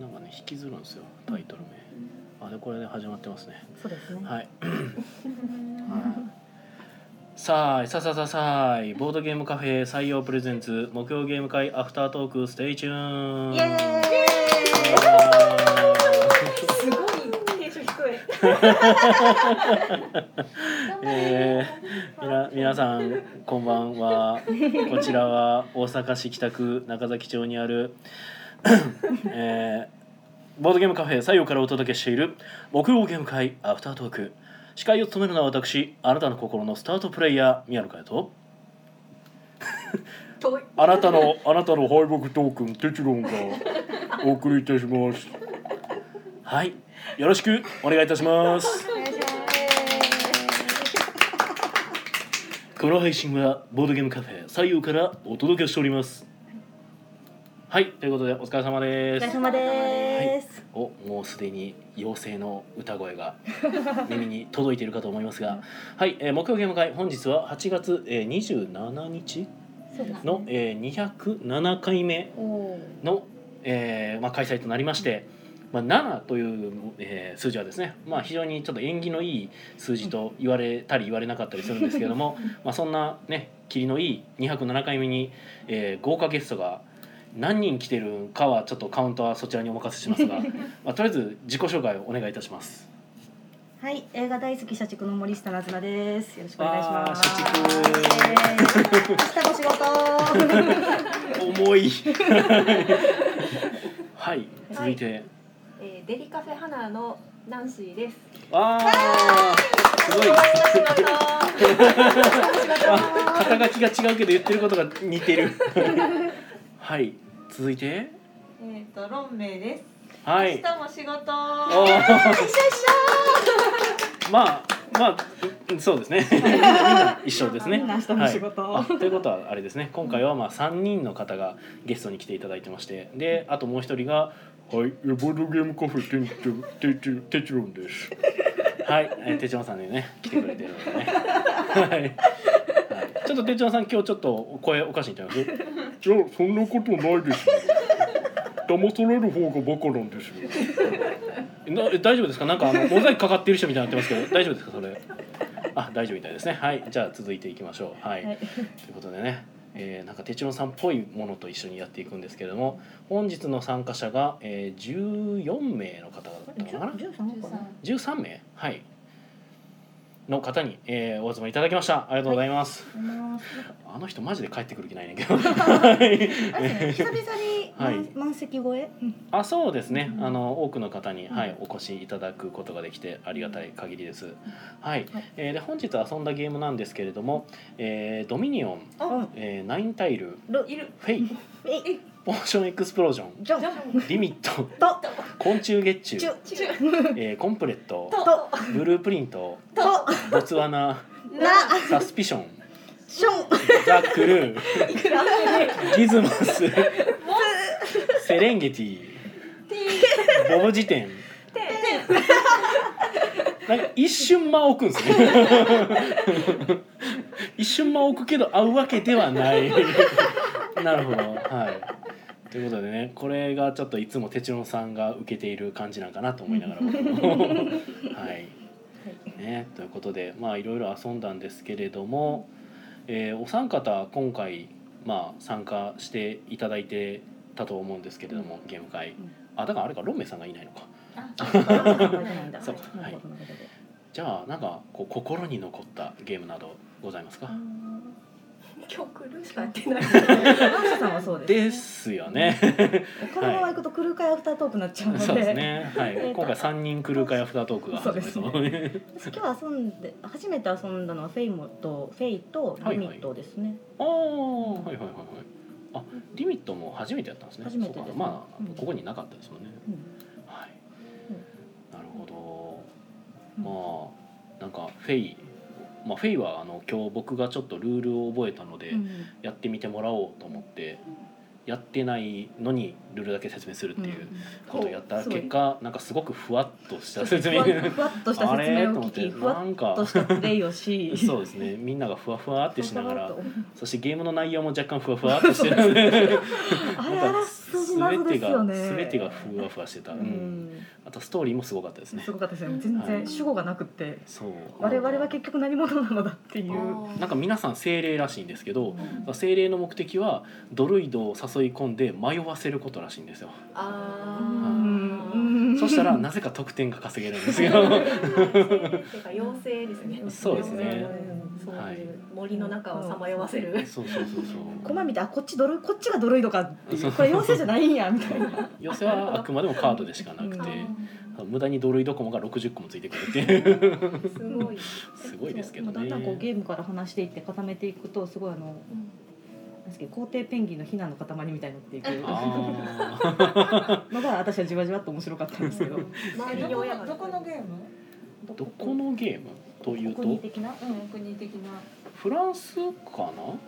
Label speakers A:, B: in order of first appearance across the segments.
A: なんかね引きずるんですよタイトル名、あでこれで始まってますね
B: そうですね。
A: はいさあいさあさあさあさあいボードゲームカフェ採用プレゼンツ目標ゲーム会アフタートークステイチューン
B: イエーイ
C: すごいテンション低い。
A: えーみな皆さんこんばんはこちらは大阪市北区中崎町にある、 えーボードゲームカフェ左右からお届けしている木曜ゲーム会アフタートーク司会を務めるのは私あなたの心のスタートプレイヤー宮野佳代と
C: 遠い。
A: あなたのあなたの敗北トークンテチロンがお送りいたしますはいよろしくお願いいたします
B: お願いし
A: この配信はボードゲームカフェ左右からお届けしておりますはいということでお疲れ様で
B: お疲れ
A: す
B: 様です。
A: おもうすでに妖精の歌声が 耳に届いているかと思いますがはい、えー、木曜ゲーム会本日は8月、えー、27日
B: そうですね
A: の、えー、207回目
B: おおー。
A: の、えーまあ、開催となりまして、まあ、7という、えー数字はですね、まあ、非常にちょっと縁起のいい数字と言われたり言われなかったりするんですけど もまあそんなね霧のいい207回目に、えー豪華ゲストが何人来てるかはちょっとカウントはそちらにお任せします が、まあ、とりあえず自己紹介をお願いいたします。
B: はい、映画大好き社畜の森下なずなです。よろしくお願いします。
A: わー
B: 社畜。明日も仕事。
A: 重い はい続いて、
C: えー、デリカフェ花のナンシーです。
A: わあすごい
C: 仕事。
A: あ肩書きが違うけど言ってることが似てるはい続いて
D: えっ、と、ロンメイです。
A: はい
D: 明日も仕事。
A: おーまあまあうんそうです ねみんな一緒ですね
B: みんな明日の仕事
A: はい、あということはあれですね今回はまあ3人の方がゲストに来ていただいてましてであともう一人が「はいえボードゲームカフェてんてんてんてんてろんです」はいえてちろんさんでね来てくれてるのでねはい、はい、ちょっとてちろんさん今日ちょっと声おかしいんちゃいますいやそんなことないですよ騙される方がバカなんですよ なえ大丈夫ですかなんかあのモザイクかかってる人みたいになってますけど大丈夫ですかそれあ大丈夫みたいですねはいじゃあ続いていきましょうはい、
B: はい
A: ということでね、えーなんか哲郎さんっぽいものと一緒にやっていくんですけれども本日の参加者が、えー、14名の方だったのかな
B: 十三個かな。
A: 13名はいの方に、えーお集まりいただきましたありがとうございます、あの人マジで帰ってくる気ないねんけどはい
B: あれですね久々
A: はい
B: に満満席超え。うん
A: あそうですね、
B: うん
A: あの多くの方に、はい
B: うん、
A: お越しいただくことができてありがたい限りです。はい
B: はい
A: えーで本日遊んだゲームなんですけれども、えードミニオン、
B: うん。
A: えーナインタイル、
B: ル
D: いる。
A: フェイ、
B: えい
A: ポーションエクスプロージョン、
B: ジョン
D: ジョン。
A: リミット、
B: と
A: 昆虫月
B: チ
A: 中
B: ュ、
D: チュ
A: えーコンプレット、
D: と。
B: と
A: ブループリント、
B: と
A: ボツワナ、
B: な
A: サスピション、
B: ション
A: ザ・クルー、
D: いくら。
A: ギズモス、セレンゲティ、
D: て
A: ボブ辞典。
D: て。
A: なんか一瞬間を置くんですね 一瞬間を置くけど会うわけではないなるほどはいということでねこれがちょっといつも哲郎さんが受けている感じなんかなと思いながら僕もはい、ね、ということでまあいろいろ遊んだんですけれども、えーお三方今回まあ参加していただいてたと思うんですけれども、ゲーム会
B: ん
A: あだからあれかロンメイさんがいないのか
B: そ
A: そ う
B: う
A: はいじゃあなんかこう心に残ったゲームなどございますか、
C: 曲ルしかやってな
B: マ
C: い。
B: サさんはそうです。
A: ですよね。
B: このまま行くとクルー会アフタートークになっちゃうので。
A: そうですね。はい。
B: えーと
A: 今回三人来る会アフタートークが始まりそう。
B: そう
A: ね、
B: 私今日遊んで初めて遊んだのはフェイモとフェイとリミットですね。
A: ああ、はいはいはいはい。あ、リミットも初めてやったんですね。
B: 初めてです
A: そうかまあ、
B: うん
A: ここになかったですもんね。
B: うん
A: はい。
B: うん
A: なるほど。まあなんかフェイ、まあフェイはあの今日僕がちょっとルールを覚えたので、
B: うん
A: やってみてもらおうと思って。やってないのにルールだけ説明するっていうことをやった結果、なんかすごくふわっとした 説明
B: ふわふわっとした
A: あ
B: 説
A: れ
B: 明
A: と
B: を
A: 思
B: 聞
A: って
B: きふわ
A: なん
B: っと
A: か
B: したプレイを し
A: そうですねみんながふわふわってしながら
B: ふわふわっ
A: そしてゲームの内容も若干ふわふわってしてるので
B: とあれあらすじな
A: 全て
B: 謎ですよ
A: が、
B: ね
A: 全てがふわふわしてた、
B: う
A: うん
B: ん
A: あとストーリーもすごかったですね
B: すごかったですね全
A: は
B: 然
A: い
B: 主語がなくて
A: そう
B: 我々は結局何者なのだっていう
A: なんか皆さん精霊らしいんですけど
C: うん
A: 精霊の目的はドルイドを誘い込んで迷わせることらしいんですよ
C: あ
B: うんう
C: ー
B: ん
A: そしたらなぜか得点が稼げるん ですよ
C: てか妖精ですね。
A: そうですね
C: そういう森の中をさまよわせる。
A: そうそうそうそう
B: コマ見てあこっちドロこっちがドロイドかっていうこれ妖精じゃないんやみたいな
A: 寄せはあくまでもカードでしかなく
B: あ
A: て
B: ー
A: 無駄にドルイドコモが60個もついてくるっていう
C: すごい。
A: すごいですけど
B: だんだんこう
A: ね
B: ゲームから話していって固めていくとすごいあのなんですけど皇帝ペンギンのヒナの塊みたいになっていく
A: あー
B: のが私はじわじわっと面白かったんですけど
C: 周りに親が。
D: どこのゲーム？
A: どこのゲームという
B: 国
A: と
B: 的な
D: うん、お国的な。
A: フランスかな、多分
C: うん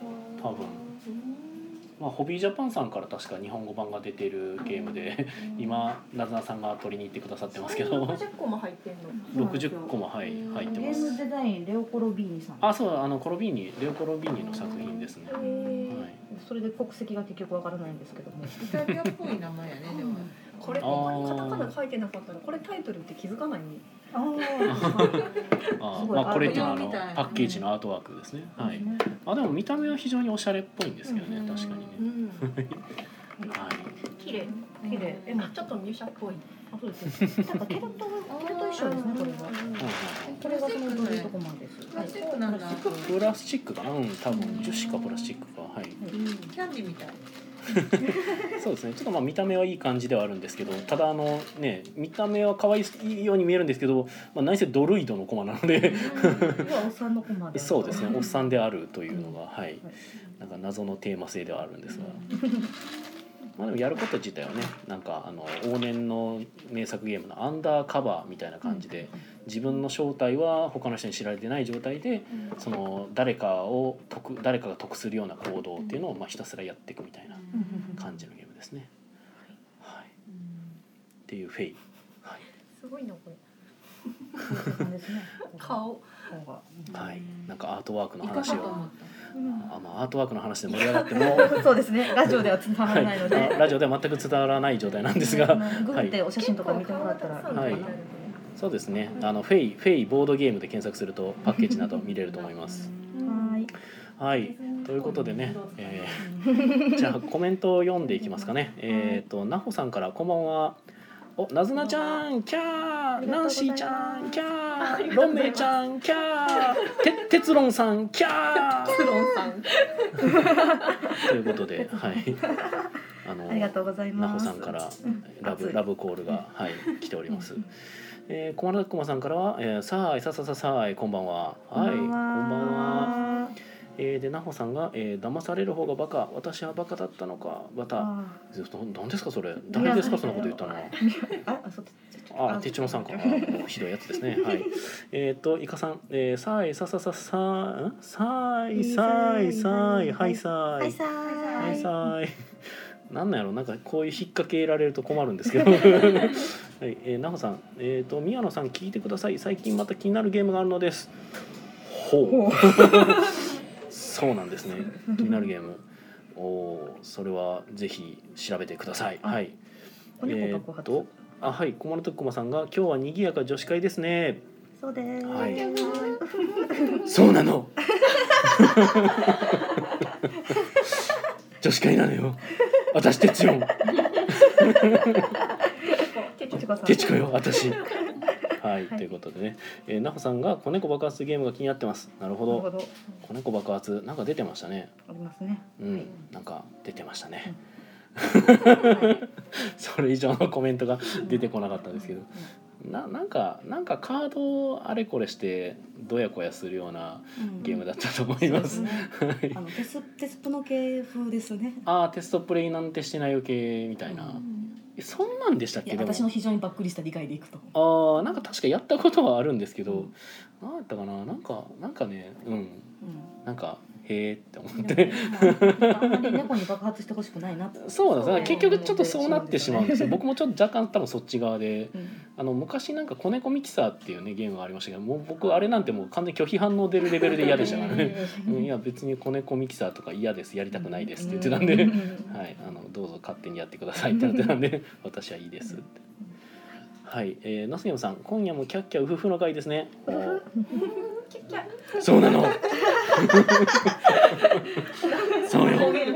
A: まあ、ホビージャパンさんから確か日本語版が出てるゲームで今なずなさんが取りに行ってくださってますけ
C: それ
A: ど
C: 60個も入ってんの。
A: 60個もはい入ってま
B: ゲーム
A: す
B: デザインレオコロビーニさん
A: あそうあのコロビーニレオ・コロビーニの作品ですね、は
C: へー
A: い、
B: それで国籍が結局わからないんですけども
D: イタリアっぽい名前やね。でも。
C: これここにカタカナ書いてなかったらこれタイトルって気づかないね。
B: あ
A: あ
B: す
A: ー
B: ごい
A: まあこれっていうのはあの
D: アート用みたい
A: パッケージのアートワークですね、
B: あ
A: はい、あでも見た目は非常におしゃれっぽいんですけどね
B: うん
A: 確かにね、
C: うん。
A: はい、
C: 綺麗。
B: 綺麗
C: え、まあちょっと入社っぽい。
B: あそうですねなんかケルトケルト衣装ですねこれはこれがそのドルとコマンです
D: プラスチックなんだ。
A: う
B: はい
A: んうん、プラスチックかなうん多分樹脂かプラスチックかはい
D: キャンディみたい。
A: そうですねちょっとまあ見た目はいい感じではあるんですけどただあのね見た目は可愛いように見えるんですけど、まあ、何せドルイドのコマなので
B: これはおっさんのコマで
A: そうですねおっさ
B: ん
A: んであるというのがはいなんか謎のテーマ性ではあるんですが。 まあでもやること自体はねなんかあの往年の名作ゲームのアンダーカバーみたいな感じで自分の正体は他の人に知られてない状態でその誰かを得誰かが得するような行動っていうのをまあひたすらやっていくみたいな感じのゲームですね。はい、っていうフェイ。はい
C: すごいなこれ。
B: ですね
C: 顔。
B: 顔が
A: はい、なんかアートワークの
D: イカか
A: 話
D: と
A: を。
D: 思った。
A: あ、まあ、アートワークの話で盛り上がって も。は
B: そうですねラジオでは伝わらないので、
A: い、ラジオでは全く伝わらない状態なんですが。
B: グーってお写真とか見てもらったらいいかな、
A: はいそうですね。あのフェイ、フェイボードゲームで検索すると、パッケージなど見れると思います。
B: はい
A: はい、ということでね、えーじゃあ、コメントを読んでいきますかね。えっ、と、なほさんから、こんばんは。お、なずなちゃん、キャー、ナンシーちゃん、キャー、ロンメイちゃん、キャー。て、哲論さん、キャー。
C: スロンさん。
A: ということで、はい。あの
B: ありがとうござい
A: なほ
B: ます
A: さんからラブ
B: 熱い
A: ラブコールがはい来ております。えー、小丸こまさんからは、えー、さあいささささあいこんばんは。はい、こんばんは。
B: は
A: えー、でなほさんが、えー、騙される方がバカ、私はバカだったのか、バタ。
B: あ
A: なんですかそれ、誰ですかそんなこと言ったの。
B: ああそうちょちょ
A: あ、てっちのさんか、あもうひどいやつです ね。はい。えっと、いかさん、えー、さあいささささん、さあいさあいさあい、はいさあ
B: はいさー
A: はいいさーい。なんなんやろなんかこういう引っ掛けられると困るんですけ ど。はい、えー、なほさん、えっ、と宮野さん聞いてください。最近また気になるゲームがあるのです。ほ
B: お
A: う。 そうなんですね。気になるゲーム。おおー、それはぜひ調べてください。はい。
B: 子猫が
A: え
B: 告
A: ー
B: 発
A: と、あはい、小丸とこまさんが今日は賑やか女子会ですね。
B: そうです、
A: はい
B: あ
A: そうな の。女子会なのよ。私たちも。
C: 結
B: ちこさん
A: ケチコよ 私はい、ということでね、えー、なほさんが子猫爆発ゲームが気になってますなるほ
B: なるほ
A: ど
B: ど
A: 子猫爆発なんか出てましたね
B: ありますね
A: うんなんか出てましたね、 それ以上のコメントが出てこなかったんですけどななんかなんかカードをあれこれしてどやこやするようなゲームだったと思います、
B: ね
A: はい
B: あのテステスプの系風ですね
A: ああテストプレイなんてしてないよ系みたいな、えそんなんでしたっ
B: い
A: け
B: や
A: でも
B: 私の非常にばっくりした理解でいくと
A: あーなんか確かやったことはあるんですけど、なんだったかななんかなんかねうん
B: うん
A: なんかへえって思う
B: なんかあんまり猫に爆発してほしくないなって。
A: そうなんです
C: そう
A: 結局ちょっとそうなってしまうんですよ僕もちょっと若干多分そっち側で
B: うん
A: あの昔なんか「子猫ミキサー」っていうねゲームがありましたけどもう僕あれなんてもう完全に拒否反応出るレベルで嫌でしたからね。
B: え
A: う
B: ー
A: んいや別に子猫ミキサーとか嫌ですやりたくないですって言ってたん
B: う
A: で
B: ううん
A: はい、あのどうぞ勝手にやってくださいってなってたんで私はいいですって。はい、えー、ナスゲムさん今夜もキャッキャウフフの回ですね。おー
C: キャッキャ
A: そうなの。そう
D: 焦
A: よ。
D: げる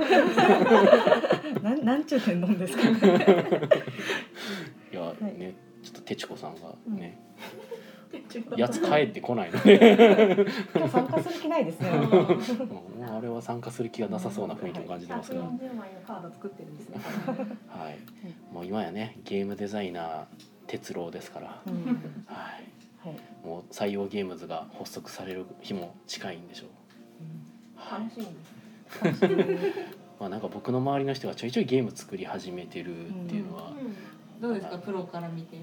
B: なんなんちゅう天丼ですか。
A: いや、
B: い
A: ねちょっとてちこさんがね、
C: ッ
A: やつ帰ってこないのね、
B: 今日参加する気ないですね。
A: うんもうあれは参加する気がなさそうな雰囲気も感じてますけど、はい、
C: 140枚のカード作ってるんですね。
A: もう今やねゲームデザイナー哲郎ですから、
B: うん
A: はい、
B: はい。
A: もう採用ゲームズが発足される日も近いんでしょう。はい
C: 楽しみです。
A: まあ、なんか僕の周りの人がちょいちょいゲーム作り始めてるっていうのは、い
D: どうですかプロから見て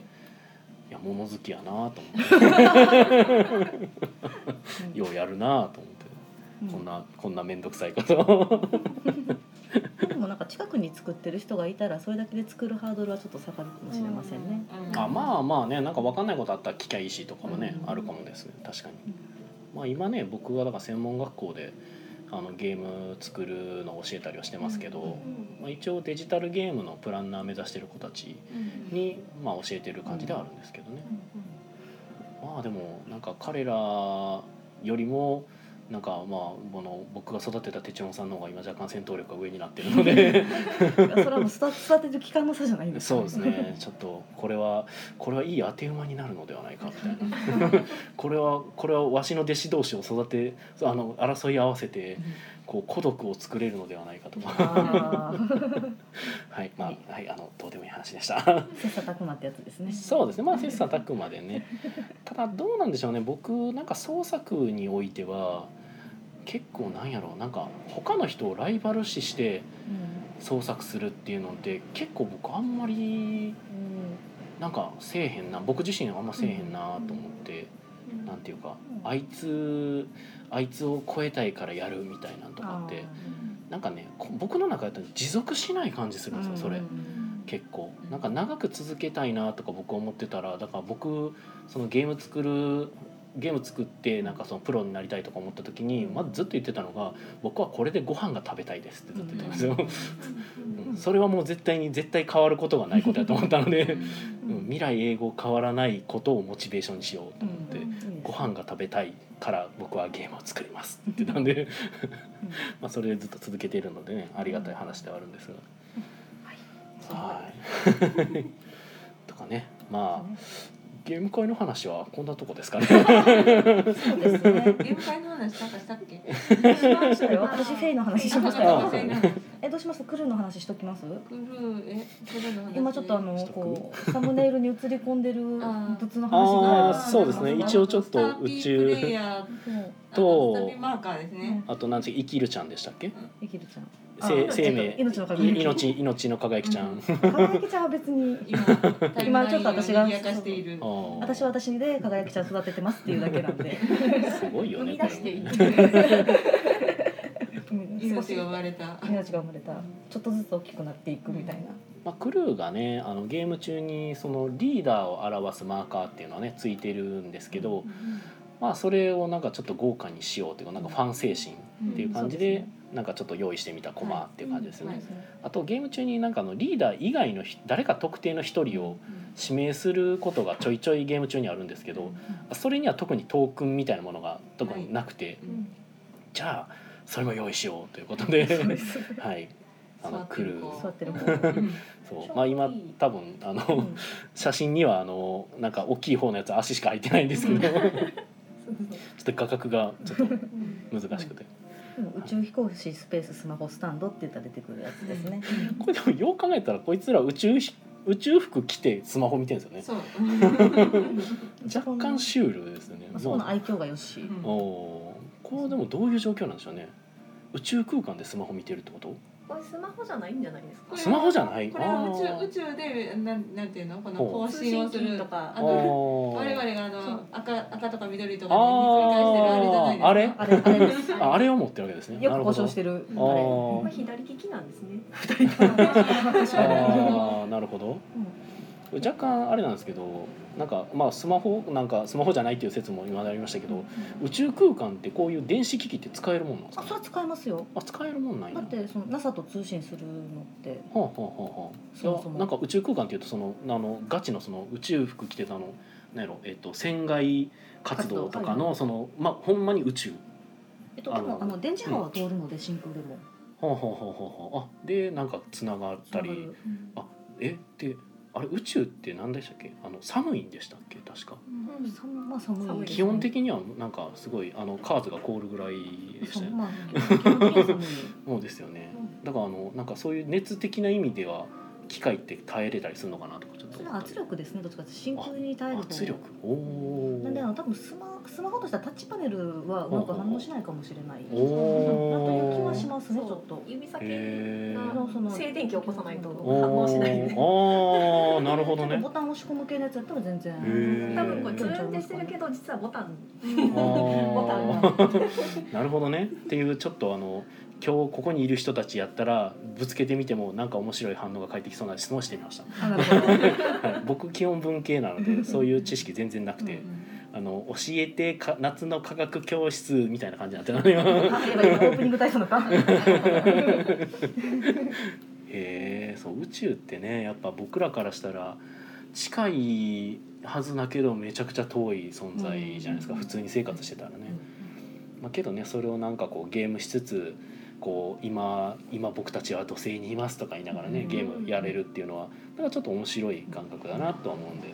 A: や物好きやなと思ってようやるなと思って、
B: うん
A: こんなこんな面倒くさいこと
B: でもなんか近くに作ってる人がいたらそれだけで作るハードルはちょっと下がるかもしれませんね。
D: うん
A: あまあまあねなんか分かんないことあったら聞きゃいいしとかもね、
B: うん
A: あるかもですね確かに、まあ今ね僕はだから専門学校であのゲーム作るのを教えたりはしてますけど、
C: うん
A: まあ、一応デジタルゲームのプランナー目指してる子たちに、まあ、教えてる感じではあるんですけどね、まあでもなんか彼らよりもなんかまあこの僕が育てたテチロンさんの方が今若干戦闘力が上になってるので
B: いやそれはもう育て育てる期間の差じゃないんですか
A: そうです ねちょっとこれはこれはいい当て馬になるのではないかみたいな これはこれはわしの弟子同士を育てあの争い合わせてこう孤独を作れるのではないかと か
B: あー
A: はいまあはいあのどうでもいい話でした。
B: 切磋琢磨ってやつですね。
A: そうですねまあ切磋琢磨でねただどうなんでしょうね僕なんか創作においては結構なんやろうなんか他の人をライバル視して創作するっていうのって結構僕あんまりなんかせえへんな僕自身あんませえへんなと思って、なんていうかあいつあいつを超えたいからやるみたいなんとかってなんかねこ僕の中だと持続しない感じするんですよそれ。結構
D: うん
A: なんか長く続けたいなとか僕は思ってたらだから僕そのゲーム作るゲーム作ってなんかそのプロになりたいとか思った時に、まずずっと言ってたのが「僕はこれでご飯が食べたいです」ってずっと言ってたんですよ。うんそれはもう絶対に絶対変わることがないことだと思ったので、うん未来英語変わらないことをモチベーションにしようと思って。ご飯が食べたいから僕はゲームを作りますって言ってたんで まあそれでずっと続けているのでねありがたい話ではあるんですがはい とかねまあゲーム会の話はこんなとこですかね
D: そうですねゲーム会の話なんかしたっけ
B: あそうよ私フェイの話しました
A: あ
B: よ
A: あそう。
B: えどうします？クルーの話しときます？
D: クルーえクルーの話
B: 今ちょっとあのこうサムネイルに映り込んでる物の話が
A: あーそうですね一応ちょっと宇宙
D: スターピープレイヤー
A: と
D: とスタピーマーカーですね
A: あと何て生きるちゃんでしたっけ
B: 生きるちゃん。
A: 生
D: あ
A: 生命
B: 命の
A: い
B: 輝き。
A: 命命の輝きちゃん、
D: う
B: 輝きちゃんは別に。
D: 今
B: 今ちょっと私が
D: タイムラインを賑やかしている
A: あー
B: 私は私で輝きちゃん育ててますっていうだけなんで
A: すごいよ
C: 生
A: ね
C: み
A: こ
C: 出して
A: れ
C: い
A: も
C: っ
A: ね
C: てる。
B: うん少し
D: 命が生まれた
B: 命が生まれたちょっとずつ大きくなっていくみたいな
A: まあ、クルーがねあのゲーム中にそのリーダーを表すマーカーっていうのはねついてるんですけど、まあ、それをなんかちょっと豪華にしようというかなんかファン精神っていう感じで、
B: うんそうで
A: なんかちょっと用意してみたコマっていう感じですよね、
D: はい
A: あとゲーム中になんかあのリーダー以外のひ誰か特定の一人を指名することがちょいちょいゲーム中にあるんですけどそれには特にトークンみたいなものが特になくて、
D: うん
A: じゃあそれも用意しようということで
B: そうです
A: はいあのクルー
B: 座ってる方
D: うん
A: そうまあ今多分あの、写真にはあのなんか大きい方のやつ足しか入ってないんですけどちょっと画角がちょっと難しくて
B: うん宇宙飛行士スペーススマホスタンドって言ったら出てくるやつですね
A: これでもよう考えたらこいつら宇宙ひ宇宙服着てスマホ見てるんですよね
D: そう
A: 若干シュールですよね
B: まあそこの
A: まあ
B: 愛嬌がよし
D: うん
A: おーこれでもどういう状況なんでしょうね宇宙空間でスマホ見てるってこと
C: これスマホじゃないんじゃないですか
D: これは
A: スマホじゃない
D: これは宇
A: あー
D: 宙宇宙でなんなんていうのこの
A: ほ
D: 更
C: 通
D: 新
C: 信
D: をす
C: 機
D: る
C: とか
D: あ
A: あ
D: の
A: ー
D: 我々があ
C: そ
D: の
C: う
D: 赤赤とか緑とか
A: あ
D: にひっくり返してるあれじゃないですか。
B: あれあれで す
A: ああれを持ってるわけですね
B: よ
A: な
B: く
A: るほ
B: 故
A: ど
B: 障してる
D: あ
B: あれ
A: ー
C: これ左利きなんですね
A: あーなるほど
B: うん
A: 若干あれなんですけどなんかまあスマホなんかスマホじゃないっていう説も今までありましたけど宇宙空間ってこういう電子機器って使えるもんなんです
B: あ
A: か
B: それは使えますよ
A: あ使えるもんなんや
B: だってその NASA と通信するのって
A: はあはあはあ
B: そ
A: は
B: も
A: あい
B: そも
A: やなんか宇宙空間っていうとそのあのガチのその宇宙服着てたのなんやろえっと船外活動とか
B: 活動
A: のそのまあほんまに宇宙
B: えっと
A: あ
B: で
A: の
B: もあの電磁波は通るので真空でも
A: はあはあはあはああでなんかつながった
B: つな
A: り
B: がる
A: えってあれ宇宙って何でしたっけあの寒いんでしたっけ確か
C: うん
B: そんまあ寒いですね
A: 基本的にはなんかすごいあのカーズが凍るぐらいでし
B: そ
A: たよ
B: う
A: ね
B: まあ基本的 には寒い
A: そうですよね。だからあのなんかそういう熱的な意味では機械って耐えれたりするのかなとかちょっと
B: それ
A: 思
B: は
A: ったり
B: 圧力ですねどっちかっていうと真空に耐える方
A: 圧力。おお
B: なんであの多分スマスマホとしたらタッチパネルはうまく反応しないかもしれない
A: お
B: なという気
A: お
B: はしますねちょっと
C: 指先
A: へ
C: が
A: ー
B: その
C: 静電気起こさないと
A: お
C: 反応しないんで
A: おあーなるほど
B: ちょっと
A: ね
B: ボ。タン押し込む系のやつだったら全
A: へー
B: 然
C: 多分これツ
A: ず
C: ーンってしてるけど実はボタン
A: あ
C: ボタン
A: ー
C: が
A: なるほどね。っていうちょっとあの今日ここにいる人たちやったらぶつけてみてもなんか面白い反応が返ってきそうな質問をしてみました。
B: あなるほど
A: はい、僕基本文系なの でそういう知識全然なく
D: うんう
A: て、
D: ん
A: あの教えてか夏の科学教室みたいな感じになってたのよ。
B: あやばい今オープニング大操だった
A: へえそう宇宙ってねやっぱ僕らからしたら近いはずだけどめちゃくちゃ遠い存在じゃないですか、
B: うん
A: 普通に生活してたらね、まあ、けどねそれをなんかこうゲームしつつこう今今僕たちは土星にいますとか言いながらね、
B: うん
A: ゲームやれるっていうのはだからちょっと面白い感覚だなとは思うんで、ね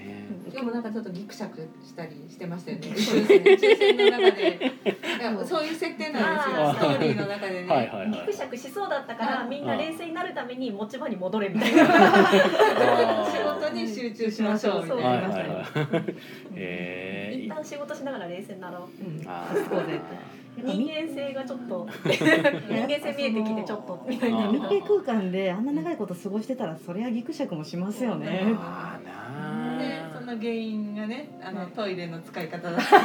A: え
D: 今日もなんかちょっとギクシャクしたりしてましたよね。宇宙船宇宙船の中 でいやそういう設定なんです
A: あ
D: よ。
A: ー
D: ストーリーの中でね。
A: はいはい
C: ギ
A: は
C: ク
A: い
C: シャクしそうだったからみん
A: あ
C: な
A: ー
C: 冷静になるために持ち場に戻れみたいな
A: あー
D: 仕事に集中しましょうみたい
C: に
D: な。
A: はい
C: りま
A: は
C: した
A: い
C: ね
A: はいえー
C: 一旦仕事しながら冷静になろう
B: うん
A: あ
B: そうぜ
C: 人
B: 密
C: 間性がちょ っと人間性見えてきてちょっとみたいな
A: あー
B: 閉空間であんな長いこと過ごしてたらそりゃギクシャクもしますよね
A: ーあーなー
D: でその原因がねあの
B: はい
D: トイレの使い方だったり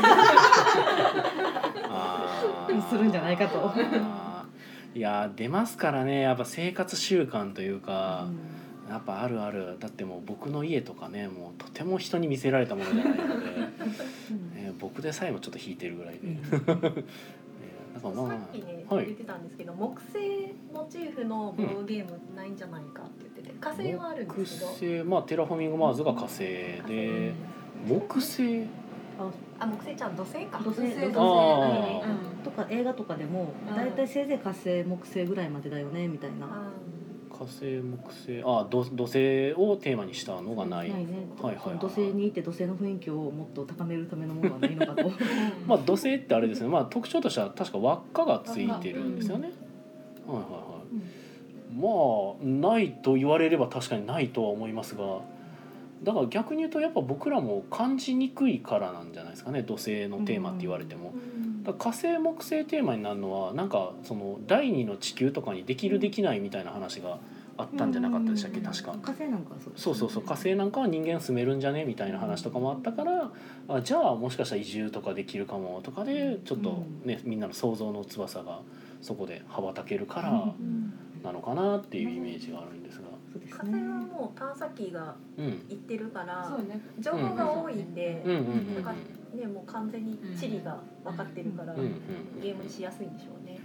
A: あー
B: するんじゃないかと
A: あーいやー出ますからねやっぱ生活習慣というか
B: う、ん
A: やっぱあるあるだってもう僕の家とかねもうとても人に見せられたものじゃないので、ね、僕でさえもちょっと引いてるぐらいで、
B: うん
A: ねだからまあ
C: さ
A: ま
C: っきね
A: あは
C: 言っ
A: い
C: てたんですけど木星モチーフのボードゲームないんじゃないかって言ってて火星はあるん
A: 木
C: ですけど
A: 星まあテラフォーミングマーズが火星で木星
C: あ木星ちゃん土星か
B: 土星
D: 土星
B: 土
A: あ
B: 星
A: ー
D: う
B: とか映画とかでも
D: うん
B: だいたいせいぜい火星木星ぐらいまでだよねみたいな
C: あ
A: 火星木星あ土土星をテーマにしたのがない
B: ないね
A: はいはいはい
B: その土星に行って土星の雰囲気をもっと高めるためのものはないのかと
D: ん
A: まあ土星ってあれですね、まあ、特徴としては確か輪っかがついてるんですよね。はいはいはい。まあないと言われれば確かにないとは思いますがだから逆に言うとやっぱ僕らも感じにくいからなんじゃないですかね土星のテーマって言われても。
C: ー
A: だから火星木星テーマになるのはなんかその第二の地球とかにできるできないみたいな話があったんじゃなかったでしたっけ確か。
B: 火星なんかはそう
A: そうそうそう火星なんかは人間住めるんじゃねみたいな話とかもあったからあじゃあもしかしたら移住とかできるかもとかでちょっとね、みんなの想像の翼がそこで羽ばたけるから
C: うん
A: なのかなっていうイメージがあるんですが、
B: そうです
C: 火
B: ね
C: 星はもう探査機が
A: うん、
C: 行ってるから
D: そうね
C: 情報が多いんで、
A: うんうんうん
C: ねもう完全に地理が分かってるから、
A: うんうんう
C: ゲームにしやすいんでしょうね。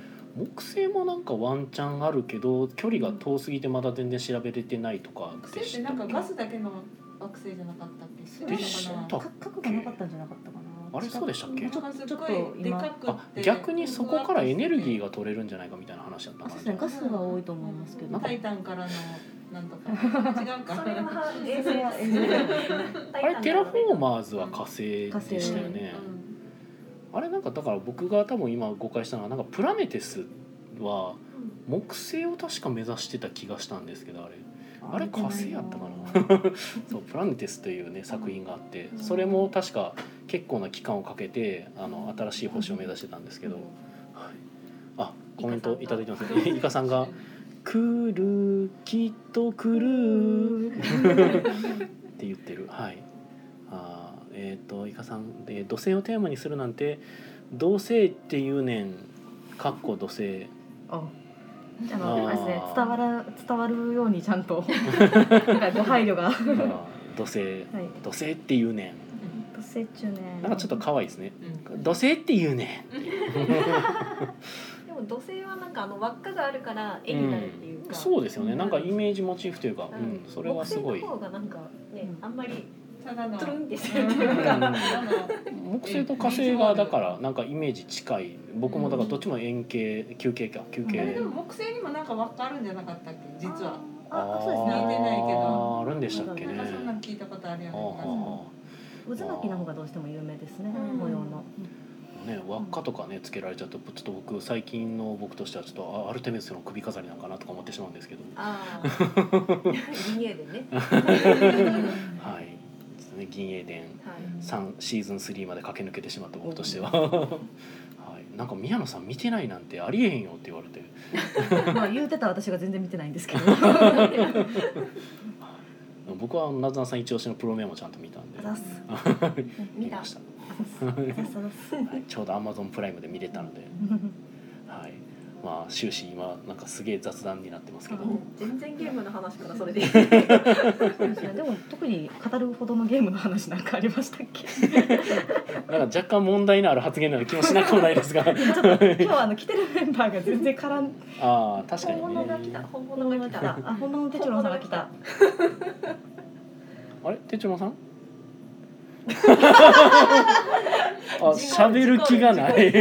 A: ん木星もなんかワンチャンあるけど距離が遠すぎてまだ全然調べれてないとか
D: 惑
A: で
D: 星っ
A: してた
D: な
A: っ
D: んか
A: け
D: ガスだけの惑星じゃなかったっけ
B: そう
A: でしたっ
B: か核がなかったんじゃなかったかな
A: あれそうでしたっけ
B: ちょっとちょっと
D: で
B: 今
D: かく
A: あ逆にそこからエネルギー
D: が
A: が取れるんじゃないかみたいな話だった
B: あ
A: か
B: そうです
A: ら、
B: ねガスが多いと思いますけど
D: タイタンからのなんとか 違う
C: そ
D: か
C: れは 衛
B: そ
C: 星
B: れは 衛星
A: あれテラフォーマーズは火星でしたよね。
D: うん
A: あれなんかだから僕が多分今誤解したのはなんかプラネテスは木星を確か目指してた気がしたんですけどあれあれ火星やったかなそうプラネテスというね作品があってそれも確か結構な期間をかけてあの新しい星を目指してたんですけど、はい、あコメントいただいてますね イカさんが「来るきっと来る」って言ってるはいあーえっ、とイカさんで「土星をテーマにするなんて土星っていうねん」かっこ土星
B: ああの
A: あー
B: あれですね伝わら伝わるようにちゃ んとなんかご配慮がは
A: あー土星
B: い
A: 土星っていうね
B: 土星中
A: ん
B: 年
A: なんかちょっと可愛いですね
D: うん
A: 土星っていうねんっていう
C: でも土星はなんかあの輪っかがあるから絵にな るっていうか、
A: そうですよねなんかイメージモチーフというか、
C: う
A: うん
C: ん、
A: それはすごい
C: 木星の方がなんかね
B: うん
C: あんまり
D: ただの
C: トゥルンってし
D: う
C: てると
D: ん
C: いう
D: ただ
C: か
D: の
A: 木星と火星がだからなんかイメージ近い僕もだからどっちも円形球形か球
D: あれ
A: 形
D: でも木星にもなんか輪っかあるんじゃなかったっけ実は
B: あそう
D: ね似てないけど
A: あーあるんでしたっけ
D: な
A: ね
D: んかそんなん聞いたことあるよ
A: あ
D: ね
A: ーは
B: ん
A: ーは
B: ですね渦巻きの方がどうしても有名ですね
C: うん
B: 模様 の
A: ーね輪っかとかねつけられちゃうとちょっと僕最近の僕としてはちょっとあアルテミスの首飾りなんかなとか思ってしまうんですけど
C: ああリニエで ねは
A: はいちょっとね銀英伝
C: い
A: 三シーズン3まで駆け抜けてしまった僕としては、 はい、なんか宮野さん見てないなんてありえへんよって言われて
B: まあ言うてた私が全然見てないんで すけど
A: 僕はあのなずなさん一押しのプロメモちゃんと見たんで
B: あざっす
A: 見
C: 見
A: ま
C: た
A: した、
B: あざっすあざっす
A: はい、ちょうどアマゾンプライムで見れたので、はい、まあ終始今なんかすげえ雑談になってますけど、
C: うん全然ゲームの話からそれで
B: そうですねでも特に語るほどのゲームの話なんかありましたっ け
A: なんか若干問題のある発言のような気もしなくもないですが
B: ちょっと今日はあの来てるメンバーが全然絡ん
A: ああ確か
C: 本
A: に
C: 物が来
A: ね
C: た本物が来た
B: あ本物のテチロンさんが来た
A: あれてちろさんあ喋る気がない
C: 事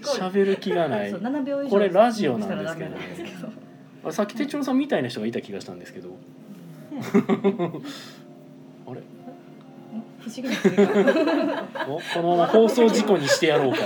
C: 故
A: 喋る気がない
B: そう7秒以上
A: これラジオなんですけど
B: したらダメなんですけど
A: あさっき手帳さんみたいな人がいた気がしたんですけど。あれ、
B: 不思議ですね
A: おこのまま放送事故にしてやろうか。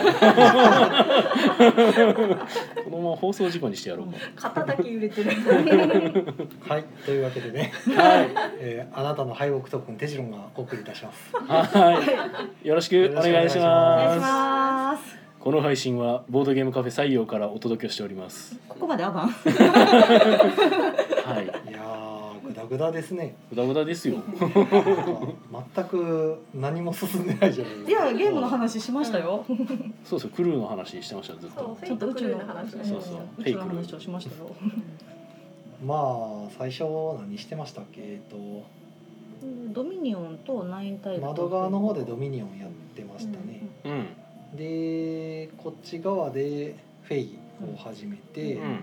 A: このまま放送事故にしてやろうか。
C: 肩だけ揺れてる
E: はい、というわけでね、
A: は
E: えーあなたの敗北トークンテジロンがお送りいたします。
A: い、はい、よろしくお願いし
B: お
E: お
B: 願い
A: ま
B: し
A: す。
B: ます
A: この配信はボードゲームカフェ採用からお届けしております。
B: ここまでアバン
A: はい、
E: いやー、グダグダですね。
A: うだうだですよ。
E: なんか全く何も進んでないじゃない
B: い
E: ですか。
B: やゲームの話しましたよ
A: そうそう、クルーの話してました、ずっ
C: そう
A: と
C: フ。
B: ちょ
C: ェ
B: っ
C: イ
B: と
C: ト
B: 宇
C: ク
B: 宙
C: ル
B: の
C: ーの話
B: 話
A: そ
C: を
A: うそう
B: 宇宙の話をしましたよ
E: まあ、最初何してましたっけ、えっと、
B: ドミニオンとナインタイルと
E: 窓側の方でドミニオンやってましたね。
A: うん、
E: で、こっち側でフェイを始めて。
A: うん、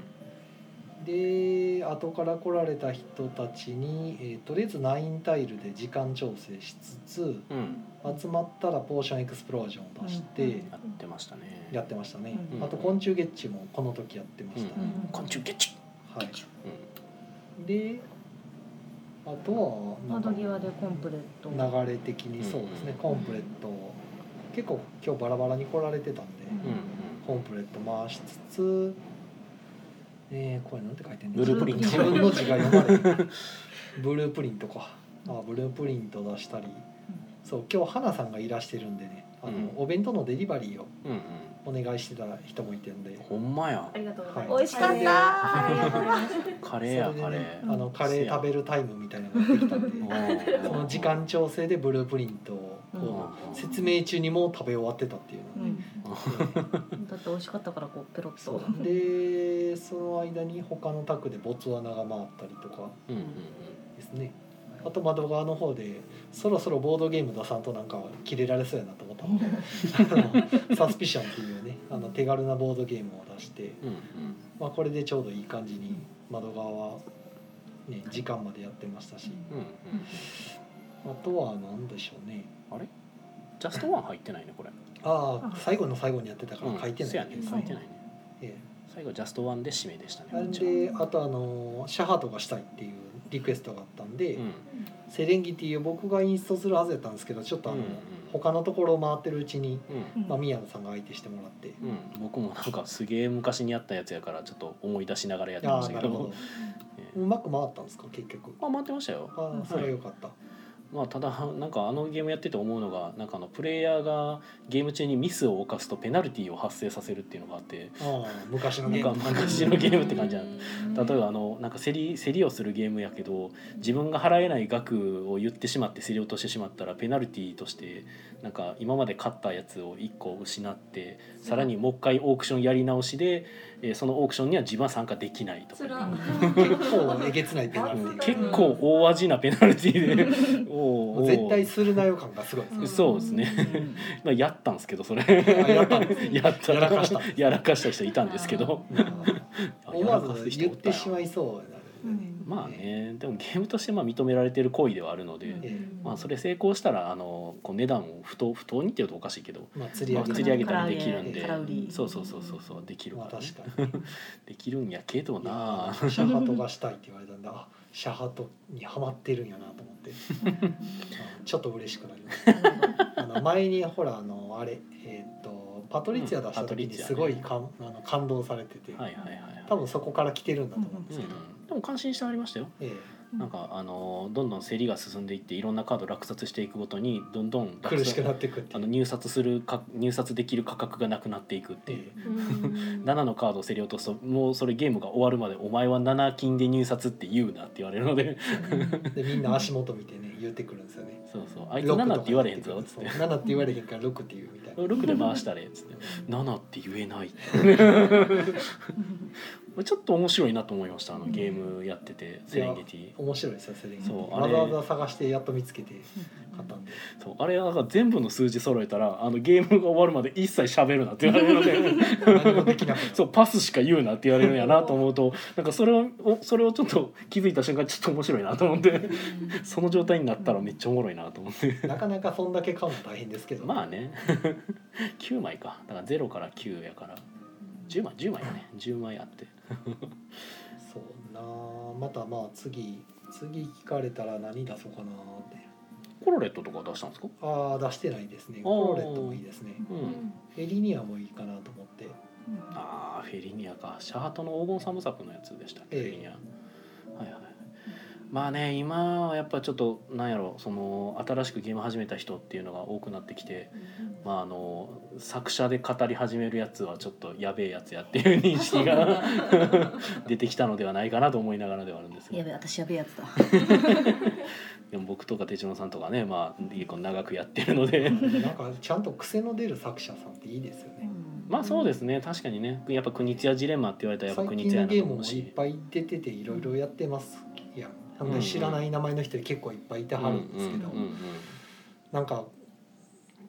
E: で後から来られた人たちに、えーとりあえずナインタイルで時間調整しつつ
A: うん、
E: 集まったらポーションエクスプロージョンを出して
A: やってましたね。
E: やってましたね、
A: うん
E: あと昆虫ゲッチュもこの時やってました
A: う
E: ね、
A: 昆虫ゲッチ
E: はい
A: ュ。
E: であとはなんか
B: 窓際でコンプレット
E: 流れ的にそうです
A: う
E: ね、
A: ん
E: コンプレット結構今日バラバラに来られてたんで、
A: うん、うん、
E: コンプレット回しつつえー、これなんて書いてんの
A: ブループリント
E: 自分の字が読まれへ んブループリントかあブループリント出したりそう今日花さんがいらしてるんでねあの、
A: うん
E: お弁当のデリバリーを
A: うん、うん、
E: お願いしてた人もいてんで
A: ほんまや
C: あ。りがとうござい
E: は
C: ま
B: 美
C: す
B: 味しかったありがとうございます
A: カレーや
E: それ
A: カ
E: で
A: レ
E: ね
A: ー。
E: あのカレー食べるタイムみたいなのができたんで
A: べ
E: その時間調整でブループリントを説明中にもう食べ終わってたっていうの
B: うん
E: で
B: だって美味しかったからこうペロッ
E: そ
B: と
E: うでその間に他の宅でボツワナが回ったりとか
A: うんうん
E: ですねあと窓側の方でそろそろボードゲーム出さんとなんかキレられそうやなと思ったので あのサスピションっていうねあの手軽なボードゲームを出して、
A: うん
E: まあ、これでちょうどいい感じに窓側は、ね、時間までやってましたし
A: うんうんうん
E: あとは何でしょうね
A: ジャストワン入ってないねこれ。
E: あ
B: あ
E: あ最後の最後にやってたか
A: うん
E: ら書いてない
A: せや
E: だ
A: ね
E: け
A: 書
E: で
A: い
E: すね
A: てないね。
E: え
A: 最後ジャストワンで締めでしたね。
E: えなんであとあのシャハートがしたいっていうリクエストがあったんで、
A: うん
E: セレンギティを僕がインストするはずやったんですけどちょっとあの、
A: うんうん
E: 他のところを回ってるうちに、
A: うん。
B: うん
E: まあ、宮野さんが相手してもらって、
A: うん、僕もなんかすげえ昔にやったやつやからちょっと思い出しながらやって
E: あ
A: ま
E: あ
A: した
E: な
A: け
E: る
A: ど
E: ほどうまく回ったんですか結局
A: あ待ってましたよ
E: ああそれはよかった、
A: うまあただなんかあのゲームやってて思うのがなんかあのプレイヤーがゲーム中にミスを犯すとペナルティーを発生させるっていうのがあって
E: ああ昔の
A: なん
E: ゲ
A: か
E: ーム
A: 昔のゲームって感じなの
C: 例
A: 例えばあのなんか競り競りをするゲームやけど自分が払えない額を言ってしまって競り落としてしまったらペナルティーとしてなんか今まで買ったやつを1個失ってさらにもう一回オークションやり直しで、えーそのオークションには自分は参加できないとか
C: そ
A: ね、
C: れ
A: う
C: は
A: ん
E: 結構えげつないペナルティー
A: 結構大味なペナルティ ーでおうおう
E: 絶対するな予感がすごいですね
A: そうですね、
B: うん
A: まあ、やったんですけどそれ
E: あ やったんです
A: やった
E: やらかした
A: やらかした人いたんですけど
E: 思わず言ってしま
A: い
E: いそうになる
A: まあねでもゲームとしてまあ認められてる行為ではあるので、
E: ええ
A: まあ、それ成功したらあのこう値段を不当不当にっていうとおかしいけど、
E: まあ釣り上げ
A: まあ釣り上げたりできるんで
B: 空売り
A: そうそうそうそうそうできる
E: まあ
A: から、ね
E: 確、かに
A: できるんやけどな
E: シャハトがしたいって言われたんであシャハトにハマってるんやなと思ってあちょっと嬉しくなりましたあの前にほらあのあれえーっとパトリツィア出した時
A: うんパトリ
E: に
A: ツィアね
E: すごいかんあの感動されてて
A: はいはいはいはい
E: 多分そこから来てるんだと思うん
A: う
E: ですけど
A: ん、でも感心してありましたよ
E: え
A: なんかあのどんどん競りが進んでいっていろんなカード落札していくごとにどんどん
E: え
A: 落
E: 苦しく
A: 札
E: なってくって
A: あ
E: いう
A: の入札するか入札できる価格がなくなっていくっていう。
E: え
A: 7のカードを競り落とすともうそれゲームが終わるまで「お前は7金で入札って言うな」って言われるので
E: えでみんな足元見てね言ってくるんですよね
A: そうそう「あいつ7って言われへんぞ」っつって
E: 7って言われへんから6って言うみたいな
A: 6で回したれっつって「7って言えない」 ちょっと面白いなと思いましたあのゲームやっててセレンゲティ
E: 面白いですよそれ
A: そうあ
E: わ
A: れ
E: ざわざ探してやっと見つけて買ったんで
A: そうあれなんか全部の数字揃えたらあのゲームが終わるまで一切喋るなって言われるの で
E: 何もできなくなる
A: そうパスしか言うなって言われるんやなと思うとなんかそれをおそれをちょっと気づいた瞬間ちょっと面白いなと思ってその状態になったらめっちゃおもろいなと思って
E: なかなかそんだけ買うの大変ですけど
A: まあね 9枚かだから0から9やから10枚10枚やね10枚あって
E: そうなあまたまあ次次聞かれたら何出そうかなって
A: コロレットとか出したんですか
E: ああ出してないですね
A: ー
E: コロレットもいいですね
A: うん
E: エリニアもいいかなと思って
A: ああフェリニアかシャハトの黄金サム作のやつでしたっけ、
E: ええ
A: フェリニアはいはいまあね今はやっぱちょっとなんやろその新しくゲーム始めた人っていうのが多くなってきて、まあ、あの作者で語り始めるやつはちょっとやべえやつやっていう認識が出てきたのではないかなと思いながらではあるんですが
B: やべえ私やべえやつだ
A: でも僕とか手順さんとかねまあ結構長くやってるので
E: なんかちゃんと癖の出る作者さんっていいですよね
A: まあそうですね確かにねやっぱ国津屋ジレンマって言われたらやっぱ
E: 最
A: 国津
E: 近
A: 屋
E: の
A: やなと
E: ゲーム
A: 思
E: も
A: う
E: いっ
A: し。
E: ぱい出てていろいろやってますいやなん
A: うん
E: で知らない名前の人結構いっぱいいてはるんですけど、
A: うんうん
E: なんか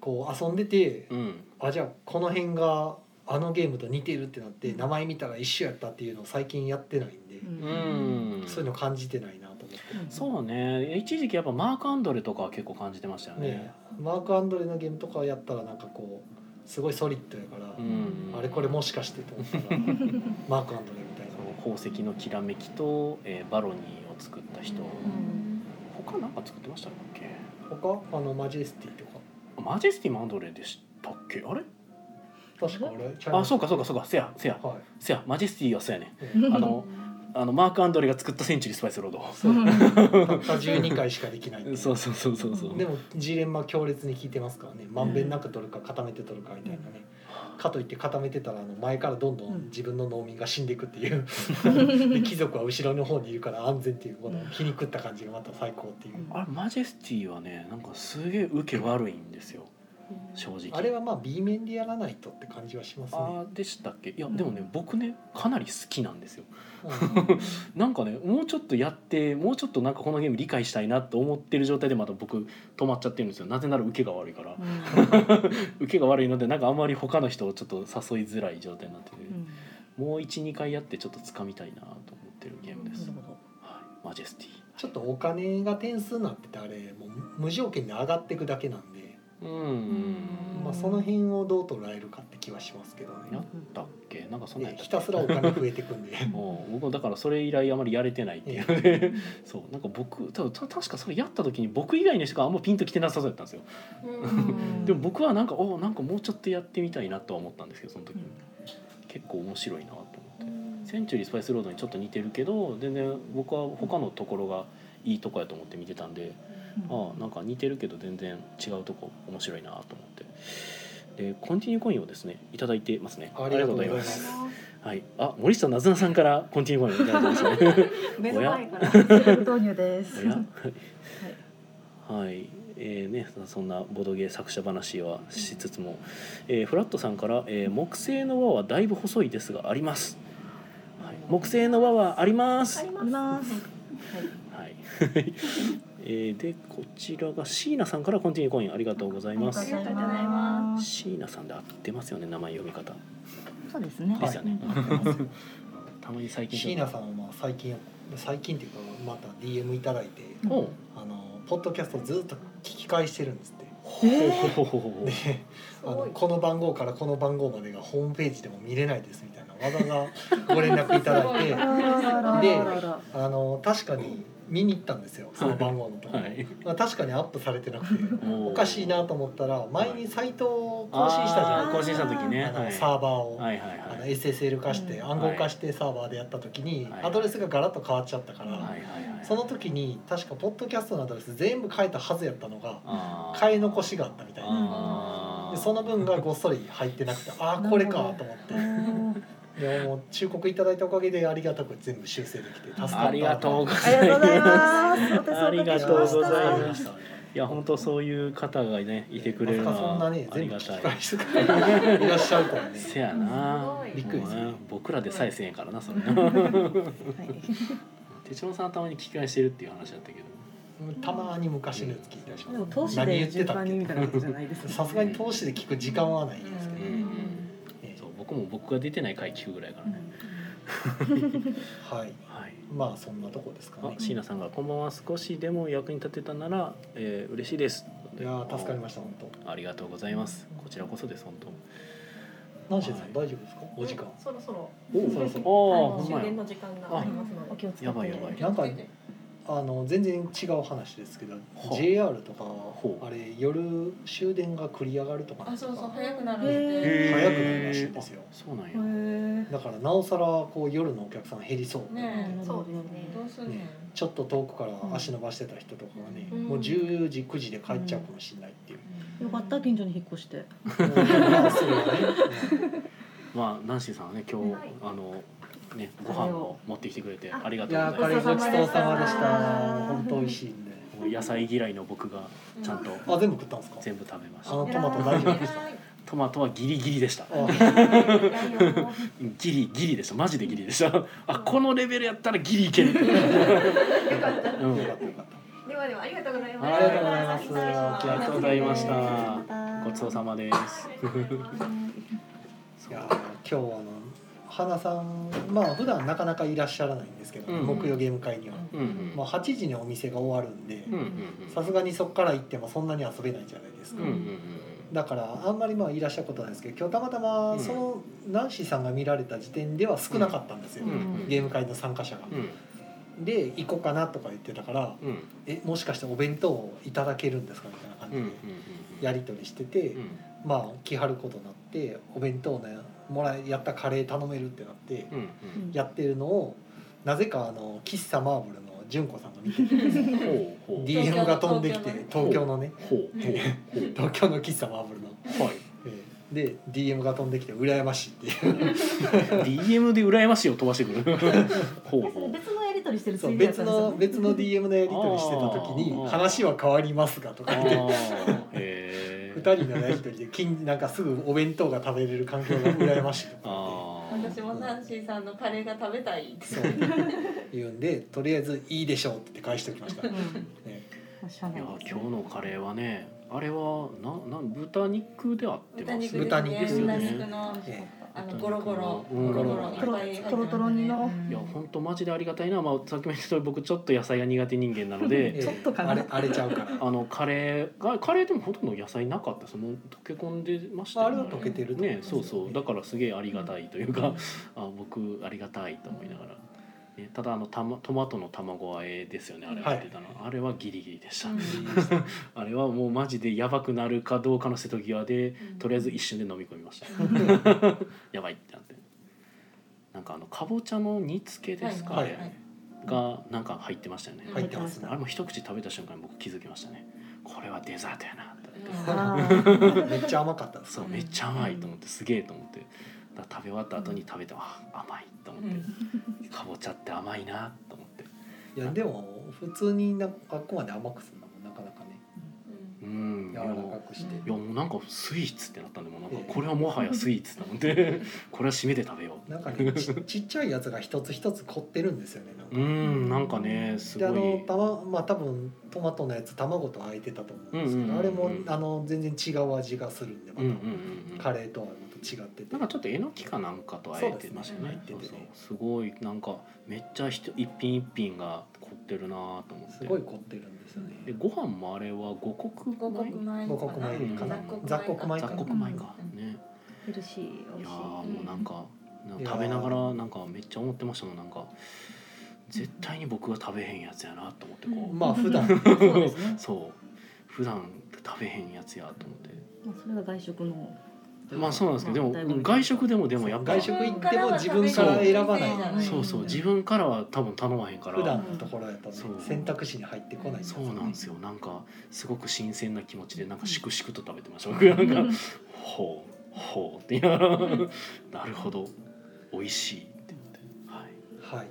E: こう遊んでて、
A: うんうん
E: あじゃあこの辺があのゲームと似てるってなって名前見たら一緒やったっていうのを最近やってないんで、
A: うん
E: そういうの感じてないなと思って。
A: そうね一時期やっぱマーク・アンドレとかは結構感じてましたよね
E: ねえ、マーク・アンドレのゲームとかやったらなんかこうすごいソリッドやから、
A: うん
E: あれこれもしかしてと 思ったらマーク・アンドレみたいな
A: その宝石のきらめきと、えーバロニーを作った人他なんか作ってましたっけ
E: 他あのマジェスティとか
A: マジェスティ・マンドレでしたっけあれ
E: 確かあれちゃい
A: あ
E: ます
A: そうかそうかそうかせやせや
E: はい
A: せやマジェスティはせやね
E: ね
B: うん
A: あのあのマーク・アンドレが作ったセンチュリー・スパイス・ロード
E: そうたった12回しかできないっていう
A: そうそうそうそうそう
E: でもジレンマ強烈に効いてますからねまんべんなく取るか固めて取るかみたいなね、かといって固めてたらあの前からどんど
B: うん
E: ん自分の農民が死んでいくっ ていう、で貴族は後ろの方にいるから安全っていうこの皮肉った感じがまた最高っていう、
A: あれマジェスティはねなんかすげえ受け悪いんですよ正直
E: あれはまあ B 面でやらないとって感じはしますね
A: あーでしたっけいやでもね僕ねかなり好きなんですよ
E: うん
A: なんかねもうちょっとやってもうちょっとなんかこのゲーム理解したいなと思ってる状態でまた僕止まっちゃってるんですよなぜなら受けが悪いから受けが悪いのでなんかあんまり他の人をちょっと誘いづらい状態になってて、もう12回やってちょっと掴みたいなと思ってるゲームです、はい、マジェスティ
E: ちょっとお金が点数になっててあれもう無条件で上がっていくだけなんで、
A: うん
E: まあ、その辺をどう捉えるかって気はしますけど
A: や
E: ね
A: っ。たっけなんかそんなん
E: ね
A: やったっ
E: ひ
A: け
E: たすらお金増えていくんで
A: もう僕もだからそれ以来あまりやれてないっていうね そうなんか僕多分た確かそれやった時に僕以外の人があんまピンときてなさそうだったんですよでも僕はなんかおなんかもうちょっとやってみたいなとは思ったんですけどその時に、結構面白いなと思って、センチュリー・スパイス・ロードにちょっと似てるけど全然僕は他のところがいいとこやと思って見てたんで、ああなんか似てるけど全然違うとこ面白いなと思ってでコンティニューコインをですねいただいてますね
E: ありがとうございま。
A: ありがとうございますはいあ森下なずなさんからコンティニューコインをいただいてますね
C: 目の前から。
B: 豆乳です
A: お やはい、えーね、そんなボドゲー作者話はしつつも、えーフラットさんから、えー木製の輪はだいぶ細いですがあります」はい「木製の輪はあります」
C: あり
A: は
B: あり
C: ま
B: ます
A: い えーでこちらが椎名さんからコンティニューコインありがとうございま
C: あ
A: す
C: りがとうございます
A: 椎名さんで合ってますよね名前読み方
B: そうですね
A: ですよね
B: はい
A: たまに最近
E: 椎名さんはまあ最近最近っていうかまた DM いただいて
A: んほう
E: あのポッドキャストをずっと聞き返してるんですって。
A: ほうほうほうほう
E: で、
C: す
E: あの
C: ごい。
E: この番号からこの番号までがホームページでも見れないですみたいなわざわざご連絡いただい て
B: あ、ららら
E: で
B: らら
E: あの確かに見に行ったんですよ。その番号のと こ
A: は
E: ろ。
A: い
E: まあ確かにアップされてなくて。おかしいなと思ったら前にサイトを更新したじゃ
A: あー
E: ない
A: 更
E: です
A: 新した時ね
E: かあ
A: は
E: の
A: い
E: サーバーを
A: はいはい
E: あの
A: はい
E: SSL 化して
B: うん
E: 暗号化してサーバーでやった時に
A: はい
E: アドレスがガラッと変わっちゃったか
A: は
E: ら
A: いはいはい
E: その時に確かポッドキャストのアドレス全部変えたはずやったのが
A: あー
E: 変え残しがあったみたいな
A: あー
E: でその分がごっそり入って なくてああこれかと思ってでもう忠告いただいたおかげでありがたく全部修正できて助かった
A: ありがとうございます
B: ありがとうございます私
A: ありがとうございます
E: す
A: いや本当そういう方がねいてくれるの
E: まさかそんな
A: は
E: ね
A: あり
E: 全部
A: が
E: 聞
A: た
E: き
A: い。
E: 返す方いらっしゃるからね
A: せやな。
C: すごい
E: びっくりですね
A: もうね僕らでさえせんやからなそれな。
B: はい
A: 手帳さんはたまに聞き返してるっていう話だったけど。
E: たまに昔のやつ聞いたりし
B: で
E: ま
B: も投資
E: 何言
B: で
E: って
B: 順
E: たっけ
B: 番にみたいなことじゃないです
E: す
B: ね
E: さすがに投資で聞く時間はないです
A: う
E: けど
A: ん
E: え
A: そう僕も僕が出てない回聞くぐらいからね。
E: えは
A: は
E: い
A: い。
E: まあそんなとこですか
A: あ
E: ね、
A: 椎名さんがこんばんは少しでも役に立てたなら、えー、嬉しいです。
E: いやー助かりました本当
A: ありがとうございます。こちらこそです本当。
E: ナンシーさん
A: は
E: 大丈夫ですかお時間
C: うんそろそろ。
E: おそうそう
A: お
C: あ
A: お
C: の
A: ほん
C: 終
A: まや
C: 電。の時間がありますので。
B: お気をつけて
A: やばいやばい
E: なんかあの全然違う話ですけど JR とか
A: ほう
E: あれ夜終電が繰り上がるとかな
D: あ
E: んと
D: そうそう
E: か
D: 早くなるん
B: へ
D: で
A: へー
E: 早くなるらしいんですよ
A: あそうなんや。
B: へ
E: だからなおさらこう夜のお客さん減りそう
D: ね
B: え
C: そうですね。
D: どうすんねん
E: ねちょっと遠くから足伸ばしてた人とかがね、もう10時9時で帰っちゃうかもしれないっていう、
B: よかった近所に引っ越して
E: もうまあそれはね
A: まあナンシーさんはね今日、
C: はい
A: あのねご飯を持ってきてくれて
C: あ
A: ありが
E: うんい
A: とう
E: や
A: ご
E: ー
A: ざ
E: こ
A: い
E: れ
A: ま
E: ご
A: す。
E: ちそうさまでしたもう本当美味しいんで
A: もう野菜嫌いの僕がちゃんと
E: あ全部食ったんですか
A: 全部食べまし
E: あの
A: た。
E: トマト大丈夫でし
D: 偉い
A: トマトはギリギリでした。
E: たあ
C: はい
A: ギリギリでした。マジでギリでした。 あこのレベルやったらギリいける。
C: よかった。
A: うん
E: よかったよかった
C: ではではありがとうございま
A: あ
C: す。
A: りがとうございます
C: 失礼し
A: ありがとうございました
B: ま
A: ごちそうさまです。
C: ます。
E: いやー今日はあの花さんまあ普段なかなかいらっしゃらないんですけど、
A: うん
E: 木曜ゲーム会には、
A: うんうん。
E: まあ、8時にお店が終わるんで
A: うんうん
E: さすがにそこから行ってもそんなに遊べないじゃないです
A: うん。う
E: か、
A: んうん
E: だからあんまりまあいらっしゃることないですけど今日たまたまそのナンシーさんが見られた時点では少なかったんですよ、
A: うんうん
E: ゲーム会の参加者が、
A: うんうん
E: で行こうかなとか言ってたから
A: うん
E: えもしかしてお弁当をいただけるんですかみたいな感じ
A: うんうん
E: で
A: うん
E: やり取りしてて、
A: うん
E: まあ来はることになってお弁当ねもらいやったカレー頼めるってなって、
A: うん
B: うん
E: やってるのをなぜかあの喫茶マーブルの純子さんが見てて
A: うん。ほうほう
E: DM が飛んできて東
A: 東
E: 京
A: 京
E: のね
A: ほうほう
E: 東京の喫茶マーブルの、
A: ほう。はい。
E: えーで DM が飛んできて羨ましいっていう
A: DM で羨ましいを飛ばしてくる ほう
B: えそれ
A: ほう
B: 別のやり取りしてる
E: そう
B: ついでやった
E: 別
B: んですよ
E: の
B: ね
E: 別の DM のやり取りしてた時
A: あー
E: に「話は変わりますが」と
A: あ
E: か言って
A: ーへ
E: 2
A: ー
E: 人のやり取りで近なんかすぐお弁当が食べれる環境が羨ましいとか
A: あー
D: 私もナンシーさんのカレーが食べたいって
E: 言ってそう言うんでとりあえず「いいでしょう」って返しておきました、ね、
B: うんしゃあ
A: い
B: ない
A: や
B: ですね
A: 今日のカレーはねあれはななん豚肉であって
D: 豚
A: ま
D: 肉
A: す
D: ですね
E: 豚肉ですよね
D: 豚肉の
E: え
D: あのゴロゴロ
A: うん
D: ゴロゴロいっ
B: トロ
D: ぱい入ってますね
B: トロトロにの
A: いや本当マジでありがたいな、まあ、さっきも言った通り僕ちょっと野菜が苦手人間なの
E: え
A: で
E: え
B: ちょっとかな
E: あれあれちゃうから
A: あのカレーがカレーでもほとんど野菜なかったその溶け込んでました
E: あれは溶けてると思い
A: ね
E: ます
A: そうそうだからすげえありがたいというか、あ僕ありがたいと思いながら、ね、ただあのた、ま、トマトの卵和えですよねあれ
E: はい
A: 入ってたの、あれはギリギリでした、
D: うん
A: あれはもうマジでやばくなるかどうかの瀬戸際で
D: うん
A: とりあえず一瞬で飲み込みましたやばいってなってなんかあのかぼちゃの煮付けですか、
E: はい
A: あれ
D: はい
A: がなんか入ってましたよね、
D: うん
E: 入ってますね
A: あれも一口食べた瞬間に僕気づきましたねこれはデザートやなと
B: あ
E: めっちゃ甘かったです
A: そうめっちゃ甘いと思ってすげえと思ってだから食べ終わった後に食べてあ甘いと思って、かぼちゃって甘いなと思って
E: いやでも普通になんかここまで甘くするのもなかなかね
A: うん
E: 柔
A: で
E: ら
A: も
E: かくして
D: うん
A: いやもうなんかスイーツってなったんでもうなんか
E: ええ
A: これはもはやスイーツなの でこれは締めて食べよ
E: なんかねちちっちゃいやつが一つ一つ凝ってるんですよねなん
A: う
E: か
A: うんなんかねす
E: であ
A: ご
E: の
A: い
E: たままあ多分トマトのやつ卵とあえてたと思うんですけど、
A: うんうんうんうん
E: あれもあの全然違う味がするんでま
A: う
E: た、
A: んうんうんうん
E: カレーとはまた違ってて
A: なんかちょっとえのきかなんかとあえてましたね
E: そうですね
A: そうそうすごいなんかめっちゃひと一品一品が凝ってるなと思って
E: すごい凝ってるんですよね
A: でご飯もあれは五穀
D: 五穀
A: 米
D: 米
E: 五穀米
A: か
E: か
A: な
E: な雑穀米
A: 雑
E: かな
A: 穀米か、
D: うん
A: ね
B: ヘルシー
A: い
B: 美味
A: や
B: し
A: ー
B: い
A: もうなんかなん
E: い
A: か
E: やー
A: 食べながらなんかめっちゃ思ってましたもんなんか絶対に僕が食べへんやつやなと思ってこう、
E: まあ普段
B: そうですね
A: そう普段食べへんやつやと思って、
B: まあそれが外食の
A: まあそうなんですけど、
B: まあ
A: でも外食でもでもやっぱ
E: 外食行っても自分から選ばない
A: そうそう自分からは多分頼まへんから
E: 普段のところやとね
A: そう
E: 選択肢に入ってこないです
A: そ
E: よ
A: うなんですよなんかすごく新鮮な気持ちでなんかしくしくと食べてました僕なんか「ほうほう」って言いながら
C: うん
A: なるほど美味しい」って言ってはい、
E: はい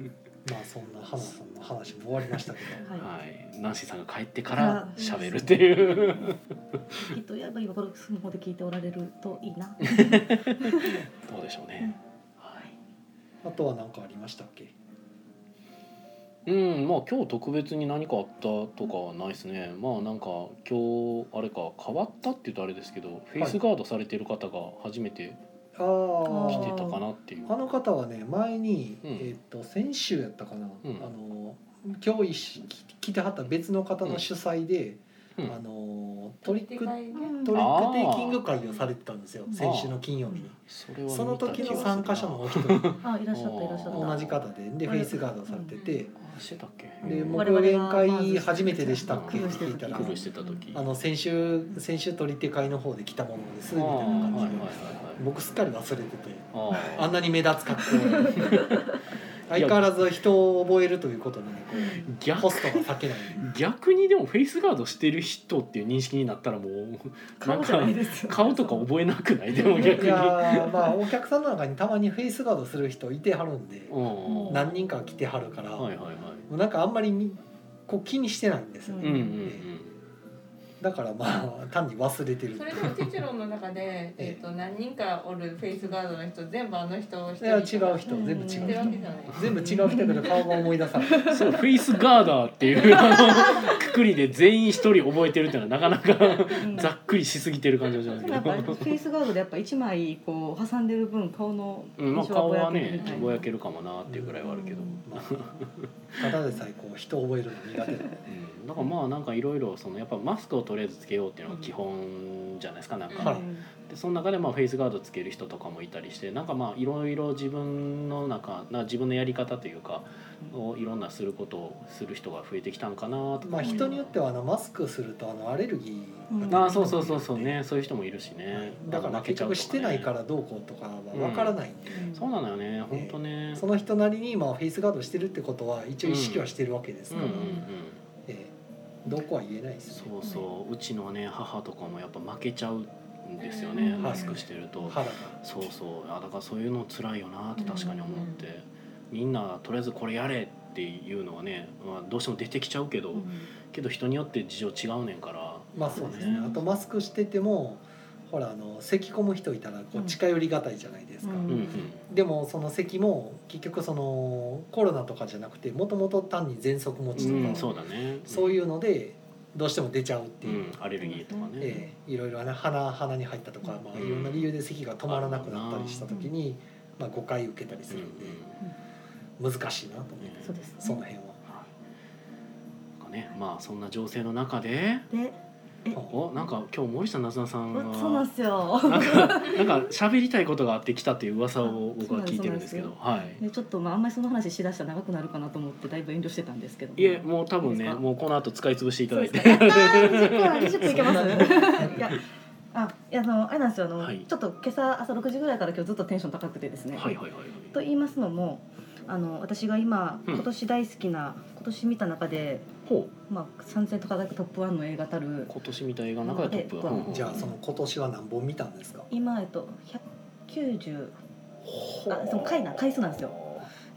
E: まあそんな花さんの話も終わりましたけど
B: はい
A: はい、ナンシーさんが帰ってか
B: あ
A: ら
B: ー
A: 喋るっていう
B: きっとやっぱ今頃スマホで聞いておられるといいな
A: どうでしょうね、はい
E: あとは何かありましたっけ
A: うんまあ今日特別に何かあったとかはないですねまあなんか今日あれか変わったって言うとあれですけど、フェイスガードされてる方が初めて
E: ああ
A: 来てたかなっていう
E: あの方はね前に、
A: うん
E: えっと先週やったかな、
A: うん
E: あの今日一緒に来てはった別の方の主催で、
A: うん
E: あのトリック
B: うん
E: トリックテイキング会をされてたんですよ
B: あー
E: 先週の金曜日に
A: それは見た
E: その時
A: 気がする
E: の
A: な
E: 参加者のお一人
B: あいらっしゃったいらっしゃった
E: 同じ方でで
B: うん
E: フェイスガードされてて、
A: あしてたっけ
E: で
A: うん
E: もう
B: 我々が
E: 講演会初めてでしたっけ
A: 工
E: っ
A: 夫
E: て
B: してる
E: 聞いたら
A: 苦労してた時
E: あの先週先週取り手会の方で来たものです
A: あ
E: み
A: ー
E: たいな
A: はいはいは
E: 感じで、
A: いはい
E: 僕すっかり忘れてて
A: あ
E: あ
A: ー
E: んなに目立 つ格好で相変わらず人を覚えるということにねこう
A: 逆
E: コストが避けない
A: 逆にでもフェイスガードしてる人っていう認識になったらもうなん
B: 顔じゃ
A: か
B: ないです
A: 顔とか覚えなくないでも逆
E: い
A: に。
E: やーまあお客さんの中にたまにフェイスガードする人いてはるんで
A: うん
E: 何人か来てはるから、
A: は
E: も
A: いはいはいう
E: なんかあんまりみこう気にしてないんですよ、
B: う。
A: うんうん
E: だからまあ単に忘れてる
D: それでもテチロンの中 で、えっと何人かおるフェイスガードの人全部あの人を一
E: いや違
D: 人
E: う人
D: とか
E: 全部違う人
D: ってるわけじゃない
E: 全部違う人だけど顔が思い出さない
A: うん。そうフェイスガーダーっていうあのくくりで全員一人覚えてるっていうのはなかなか
B: うん
A: ざっくりしすぎてる感じがします
B: で
A: け
B: もやっぱフ
A: ど。
B: ェイスガードでやっぱ一枚こう挟んでる分顔の
A: うんまあ
B: 印象が
A: 顔
B: ぼや
A: は
B: ける
A: ね
B: みたいな
A: ぼやけるかもなっていうぐらいはあるけど。
E: まあ ただでさえこう人を覚えるの苦手なんで
A: うんだからまあなんかいろいろそのやっぱマスクをとりあえずつけようっていうのが基本じゃないですかなんか。
E: はい
A: でその中でまあフェイスガードつける人とかもいたりしてなんかまあいろいろ自分の中な自分のやり方というかをいろんなすることをする人が増えてきたんかなとか、
E: まあ人によってはあのマスクするとあのアレルギー
A: あ
E: が
A: あそうそうそう
E: 出てく
A: そう
E: るんで
A: ねそういう人もいるしね
E: だから結局してないかららどうこうとかはわからないんで、
A: そうなのよね本当ね
E: その人なりにまあフェイスガードしてるってことは一応意識はしてるわけです
A: うん
E: か
A: うん
E: ら、
A: うん
E: ええどこは言えないですね
A: そうそううちのね母とかもやっぱ負けちゃうんですよね
D: うん
A: マスクしてると
E: 腹が
A: そうそうあだからそういうの辛いよなって確かに思って、みんなとりあえずこれやれっていうのはね、まあ、どうしても出てきちゃうけど、けど人によって事情違うねんから
E: まあそうですねあとマスクしててもほらあの咳込む人いたらこう近寄りがたいじゃないですか、
B: うん
A: うんうん
E: でもその咳も結局そのコロナとかじゃなくてもともと単に喘息持ちとか、
A: うん、そうだね
E: そう
A: う
E: いうのでどうしても出ちゃうって
A: ん、
E: いうう、
A: ん、アレルギーとかね、
E: ええいろいろな鼻鼻に入ったとか、まあ、
A: うん
E: いろんな理由で咳が止まらなくなったりした時に、まあ、誤解受けたりす
A: うんう
E: る
A: ん
E: んで難しいなと思って、
A: うん
B: そうですね
E: その辺は。
A: はいなんかねまあそんな情勢の中で
B: で
A: おなんか今日森下なずなさんが
B: そうなんですよ
A: なんかなんか喋りたいことがあってきたという噂を僕は聞いてるんですけどはい
B: でちょっとまああんまりその話しだしたら長くなるかなと思ってだいぶ遠慮してたんですけど
A: いえもう多分
B: いい
A: ね
B: ですか
A: もうこの後使い潰していただいて
B: そうですかやったー10分あれ10分いけます
E: そんない
B: やあいやあのあれなんですよあの、
A: はい
B: ちょっと今朝朝6時ぐらいから今日ずっとテンション高くてですね、
A: はいはいはいはい
B: と言いますのもあの私が今
A: うん
B: 今年大好きな、今年見た中で、
A: ほう
B: まあ、三千と輝くトップワンの映画たる
A: 今年見た映画の中でトップは、
B: うん
A: うん
E: じゃあその今年は何本見たんですか。
B: 今えっと190
E: ほ
B: あその回な回数なんですよ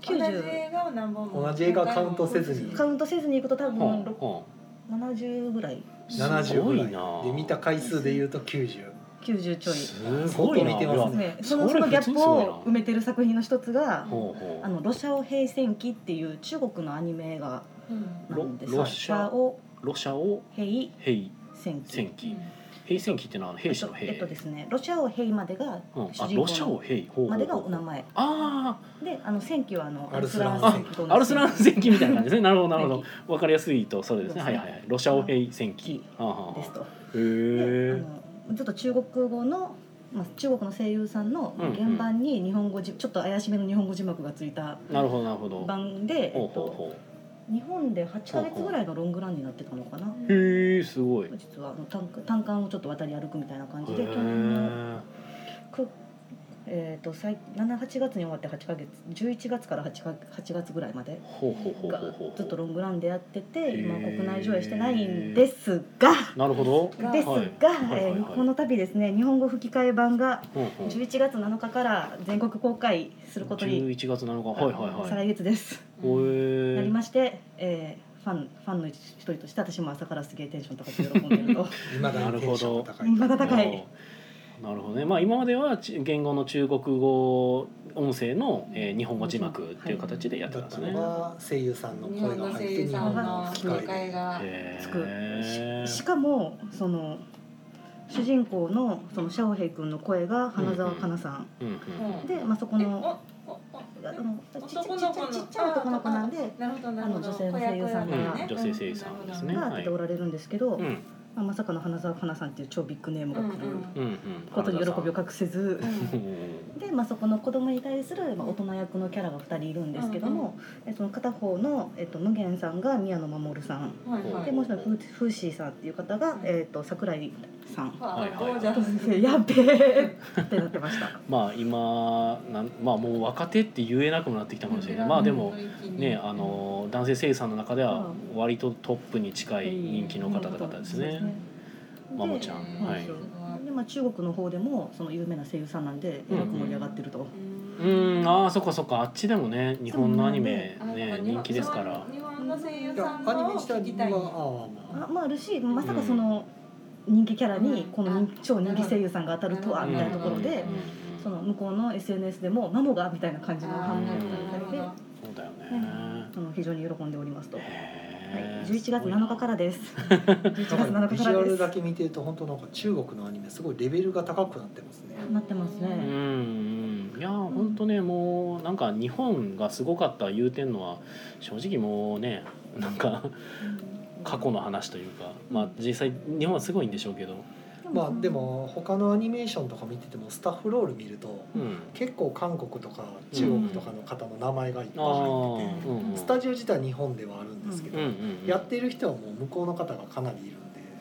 D: 同じ
B: 90
D: 映画を何本も
E: 同じ映画カウントせずに
B: カウントせずにいくと多分ろ
A: は
B: 70ぐらい
A: あはあ
E: 七
A: す
E: 十
A: ご
E: ぐ
A: い
E: らい
A: な
E: で見た回数で言うと九十。
B: 90ちょい。
A: すごいな
E: 相当似てます
B: ね、
A: いや
B: その
A: そ
B: そ
A: れ
B: のギャップを
A: 普通にすご
B: 埋
A: いな
B: めてる作品の一つが
A: ほうほ
B: 「
A: う
B: あのロシアを平戦記」っていう中国のアニメ映画
D: うん
B: なんです
A: ロ
B: ロ
A: ロシ
B: シ
A: ア
B: ャを
A: ロシャを
B: 平
A: 兵
B: 戦記
A: 戦記兵戦記ってのはあの兵士の兵、
B: えっとえっとですねロシアを平までが
A: うん、
B: 主
A: あ
B: 人
A: ロシャ
B: 公
A: を
B: の
A: 兵ほうほうほう
B: までがお名前
A: あ
B: であの戦記はあの
E: アルスラン
B: アルスラン戦記
A: あアルスラン戦記みたいな感じですね なるほどなるほ
B: 戦
A: どわかりやすいとそれですね
B: そう
A: はい
B: です
A: は
B: ね
A: いはいロシャを兵戦記
B: 記
A: はあはあはあ
B: 記ですと
A: へ
B: であ
A: え
B: のちょっと中国語の、まあ、中国の声優さんの
A: うんうん
B: 原版に日本語字ちょっと怪しめの日本語字幕がついた
A: なるほどなるほど
B: 版で、え
A: ほう
B: っ
A: ほう
B: と、
A: ほ
B: 日本で8か月ぐらいがロングランになってたのかな
A: うへえすごいへ
B: 実はあの単単管をちょっと渡り歩くみたいな感じで去年の
A: え
B: く、えー、と最78月に終わって8ヶ月11月から8か8月ぐらいまで
A: ほうほうほうほ
B: が
A: うほう
B: ずっとロングランでやってて今
A: へー
B: 国内上映してないんですが。
A: なるほど
D: が
B: です
A: はい
B: が、
A: はいはいは
B: え
A: い
B: ーこの度ですね日本語吹き替え版が
A: ほうほう
B: 11月7日から全国公開することに
A: 11月7日はいはいはい
B: 再来月です、
A: ほ
B: なり
A: え
B: まして、えーファンファンの一人として私も朝からすげえテンション高く喜んでると
E: 今だにテンションが高
B: なるほどまだ
E: い。
B: 高い
A: なるほどね、まあ、今まではち言語の中国語音声の、えー日本語字幕っていう形でやって
E: だ
A: たん
E: っ
A: で
E: た
A: すね。
E: のが声優さんの
D: 日
E: 声
D: 本
E: が
D: の
E: 入
D: 声
E: って
D: 優
E: 日
D: さん
E: 本
D: の
E: の吹き
D: 吹き
E: 替え
D: 替え
E: で
D: が
A: へー
B: つくしかもその主人公のそのシャオヘイ君の声が花澤香菜さん、
A: うんうん
D: うん
B: で、まあ、そこ
D: え
B: の
D: おおお
B: あのちっちゃい
D: 男
B: ち
D: の
B: っち
D: 子
B: ゃ
D: の
B: いちっちゃい男の子なんで
D: なるほどなる
B: あ
D: ほど
B: の女性の声優さんが
D: 子役だ
A: うん
D: ね
A: 女性声優さんですね
B: が出ておられるんですけど、
A: うんうん
B: まあ、まさかの花澤香菜さんっていう超ビッグネームが来る
A: うんうん
B: ことに喜びを隠せず。
A: うん
B: で、まあ、そこの子供に対する、まあ、大人役のキャラが2人いるんですけども、えその片方の、えっと、無限さんが宮野真守さん
D: はいは
B: で
D: い
B: もう一人フーフーシーさんっていう方が、えっと、桜井さん。
D: は
A: はい
D: い
A: はい
D: ゴージャス
B: やっべえってなってました。
A: まあ今なんまあもう若手って言えなくもなってきたかもしれないまあでもねあの男性声優さんの中では割とトップに近い人気の方々ですね。 マモちゃんはい
B: そうですねでまあ、中国の方でもその有名な声優さんなんでえらく盛り上がってると、
A: うんああそっかそっかあっちでもね日本のアニメね人気ですから。
D: 日本の声優
E: いや
D: さん
E: アニメ
D: の
E: 自体
D: 聞きたい
E: はああま
B: あまああるしまさかその人気キャラにこの人超人気声優さんが当たるとはみたいなところで
A: うんうんうんうん
B: その向こうの SNS でも「マモが」みたいな感じの反応があったりで
A: そうだよね。
B: あの非常に喜んでおりますと。はい
A: へー
B: 11月7日から です。11月
E: あ。なん
B: 7
E: かビ
B: 日
E: ジ
B: か
E: ュ
B: ら
E: アル
B: で
E: だ
B: す。
E: け見てると本当なんか中国のアニメすごいレベルが高くなってますね。
B: なってますね
A: うんうんいやー本当ねもうなんか日本がすごかった言うてんのは正直もうね なんか過去の話というかまあ実際日本はすごいんでしょうけど、
E: まあでも他のアニメーションとか見ててもスタッフロール見ると
A: うん、
E: 結構韓国とか中国とかの方の名前がいっぱい
A: あー
E: 入ってて、
A: うんうん、
E: スタジオ自体は日本ではあるんですけど、
A: うんうんうん、
E: やってる人はもう向こうの方がかなりいるんで。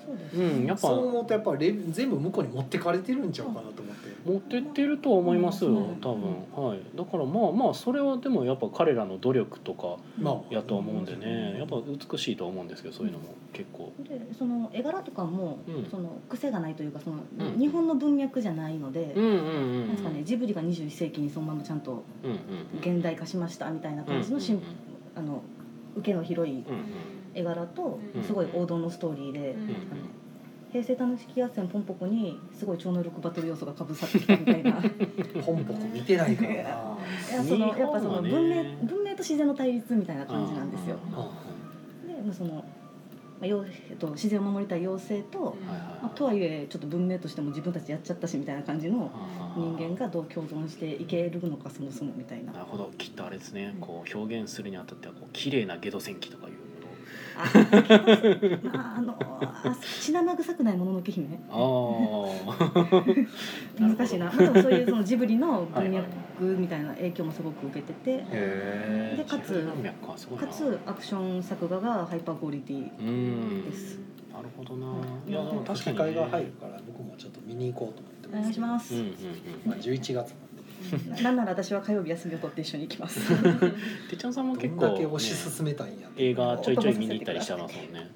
B: そうです
A: う
B: ね
A: んやっぱ
E: そう思うとやっぱレ全部向こうに持ってかれてるんちゃうかなと思って。
A: 持ってってるとは思いますよ
B: うん
A: 多分、はい、だからまあまあそれはでもやっぱ彼らの努力とか
E: まあ
A: やとは思うんでねやっぱ美しいとは思うんですけどそういうのも結構。
B: でその絵柄とかも、
A: うん
B: その癖がないというかその、
A: うん
B: 日本の文脈じゃないので、
A: うんうんうん
B: なんですかねジブリが21世紀にそのままちゃんと
A: うんうんうん
B: 現代化しましたみたいな感じのしん、あの受けの広い
A: うんうん
B: 絵柄と、
A: うん
B: すごい王道のストーリーで、
A: うんうん
B: あの平成楽しき合戦ポンポコにすごい超能力バトル要素がかぶさってきたみた いない
E: 本国見てないからな。
B: やそのやっぱそ
A: 日本は
B: の文明
A: ね
B: 文明と自然の対立みたいな感じなんですよ。
A: あ
B: でまあそのまあようえっと、自然を守りたい妖精と、
A: ーはいはいはい
B: まあ、とはいえちょっと文明としても自分たちやっちゃったしみたいな感じの
A: あー
B: 人間がどう共存していけるのかそもそもみたいな
A: なるほどきっとあれですねこう表現するにあたってはこう綺麗なゲド戦記とかいうこ
B: あまああのあ血生臭くないもののけ姫
A: とああなるほど
B: 難しいなまあ、でもそういうそのジブリの文
A: はいはい
B: 脈みたいな影響もすごく受けてて
A: へえ
B: でかつ
A: かすごいな
B: かつアクション作画がハイパークオリティ
A: うん
B: です
A: なるほどな
B: はい
A: いやでも確かに
E: 吹き替
A: ね
E: えが入るから僕もちょっと見に行こうと思って
B: お願いします
A: うんうん
E: まあ11月なんで
B: なんなら私は火曜日休みを取って一緒に行きます。
A: てっちゃんさんも
E: ど
A: 結
E: ん
A: 構、
E: だ
A: ね
E: け、推し進めたんやって
A: 映画ちょいちょい見に行ったりしてますもんね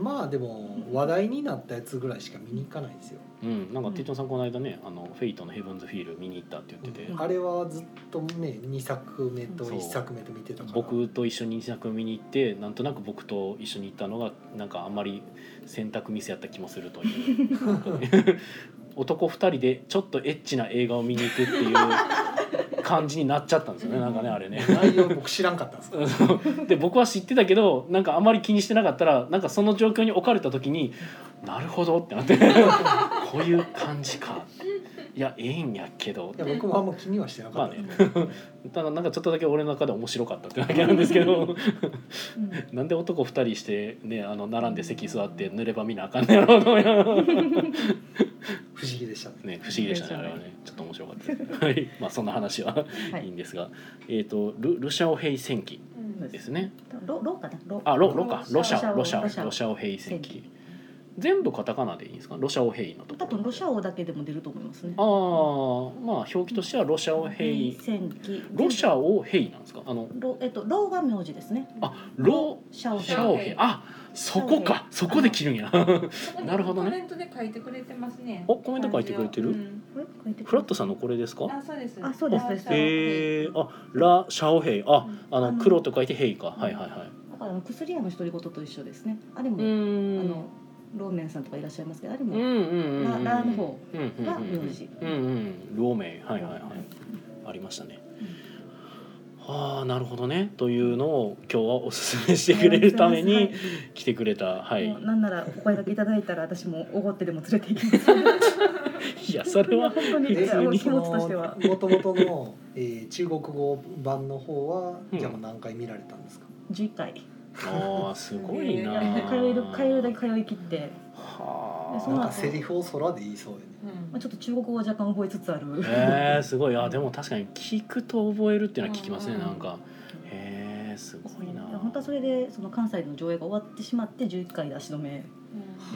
E: まあでも話題になったやつぐらいしか見に行かないんですよ、
A: うんなんかてっちゃんさんこの間ね「あのフェイトのヘブンズ・フィール」見に行ったって言ってて、
B: うん
E: あれはずっとね2作目と
A: そう
E: 1作目と見てたから
A: 僕と一緒に作見に行ってなんとなく僕と一緒に行ったのがなんかあんまり選択ミスやった気もするというなんかね男2人でちょっとエッチな映画を見に行くっていう感じになっちゃったんですよねなんかねあれね。
E: 内容僕知らんかったんですよ
A: で僕は知ってたけどなんかあんまり気にしてなかったらなんかその状況に置かれた時になるほどってなってこういう感じかいやええんやけど
E: いや僕もあんま気にはしてなかったです、
A: ただなんかちょっとだけ俺の中で面白かったってだけなんですけど
B: うん
A: なんで男2人してねあの並んで席座って濡れば見なあかんねやろうと思いなが ら
E: 不思議でしたね
A: ね不思議でしたねあれはねちょっと面白かったです はいまあそんな話は
B: はい
A: い
B: い。
A: んですが、えっ、とルルシャオヘイ戦記
C: うん
A: ですね
B: ロロかなロ。
A: あロロかロ
B: ロ
A: シ
B: シ
A: ャ
B: ャ
A: オ
B: オ
A: ロシ
B: ロ
A: ャ
B: シ
A: オ
B: ャオ
A: ロシャオヘイ戦記全部カタカナでいいんですかロシャオヘイのとこ
B: 多
A: ろ
B: 分ロシャオだけでも出ると思いますね。
A: ああまあ表記としてはロシャオヘイ
B: 戦記。
A: ロシャオヘイなんですかあの
B: ロえっとローが名字ですね。
A: あロ
B: シャオ
A: シャオヘイあそこかそこで切るん やなるほどね
D: コメントで書いてくれてますね。
A: おコメント書いてくれてる
D: うん
B: これ書いてくる
A: フラットさんのこれですか
D: あ、そうです。
B: あそうですそうです
A: へえあラ・シャオヘイあ
D: うん
A: あ
B: あ
A: の
B: の
A: 黒と書いてヘイかはいはいはい
B: だからあの薬屋の独り言と一緒ですね。あれ
A: う
B: も、あ
A: ーん
B: のローメンさんとかいらっしゃいますけどあれ
A: うん
B: も、
A: うんうんうん
B: ララの方
A: うんうんうん
B: が名字
A: うんうんローメンはいはいはいありましたねああなるほどねというのを今日はおすすめしてくれるため
B: はい
A: に来てくれたはい
B: もうなんならお声掛けいただいたら私もおごってでも連れて行きます。
A: いやそれは
B: 本当に
A: 別
B: あ
A: に
B: の気
E: そ
B: 持
E: の
B: ちとしては。
E: 元々の、えー中国語版の方は、
A: うん
E: じゃあもう何回見られたんですか
B: 11回
A: ああすごいな
B: 通える通えるだけ通い切って、
A: は
B: で
A: あ
B: そ
E: な
B: の
E: ん
B: 後
E: かセリフを空で言いそうよね
B: まあ、ちょっと中国語を若干覚えつつある、
A: へえすごいあでも確かに聞くと覚えるっていうのは聞きますね
D: うんうん
A: なんかへえすごいな
B: 本当はそれでその関西の上映が終わってしまって11回で足止め、
A: う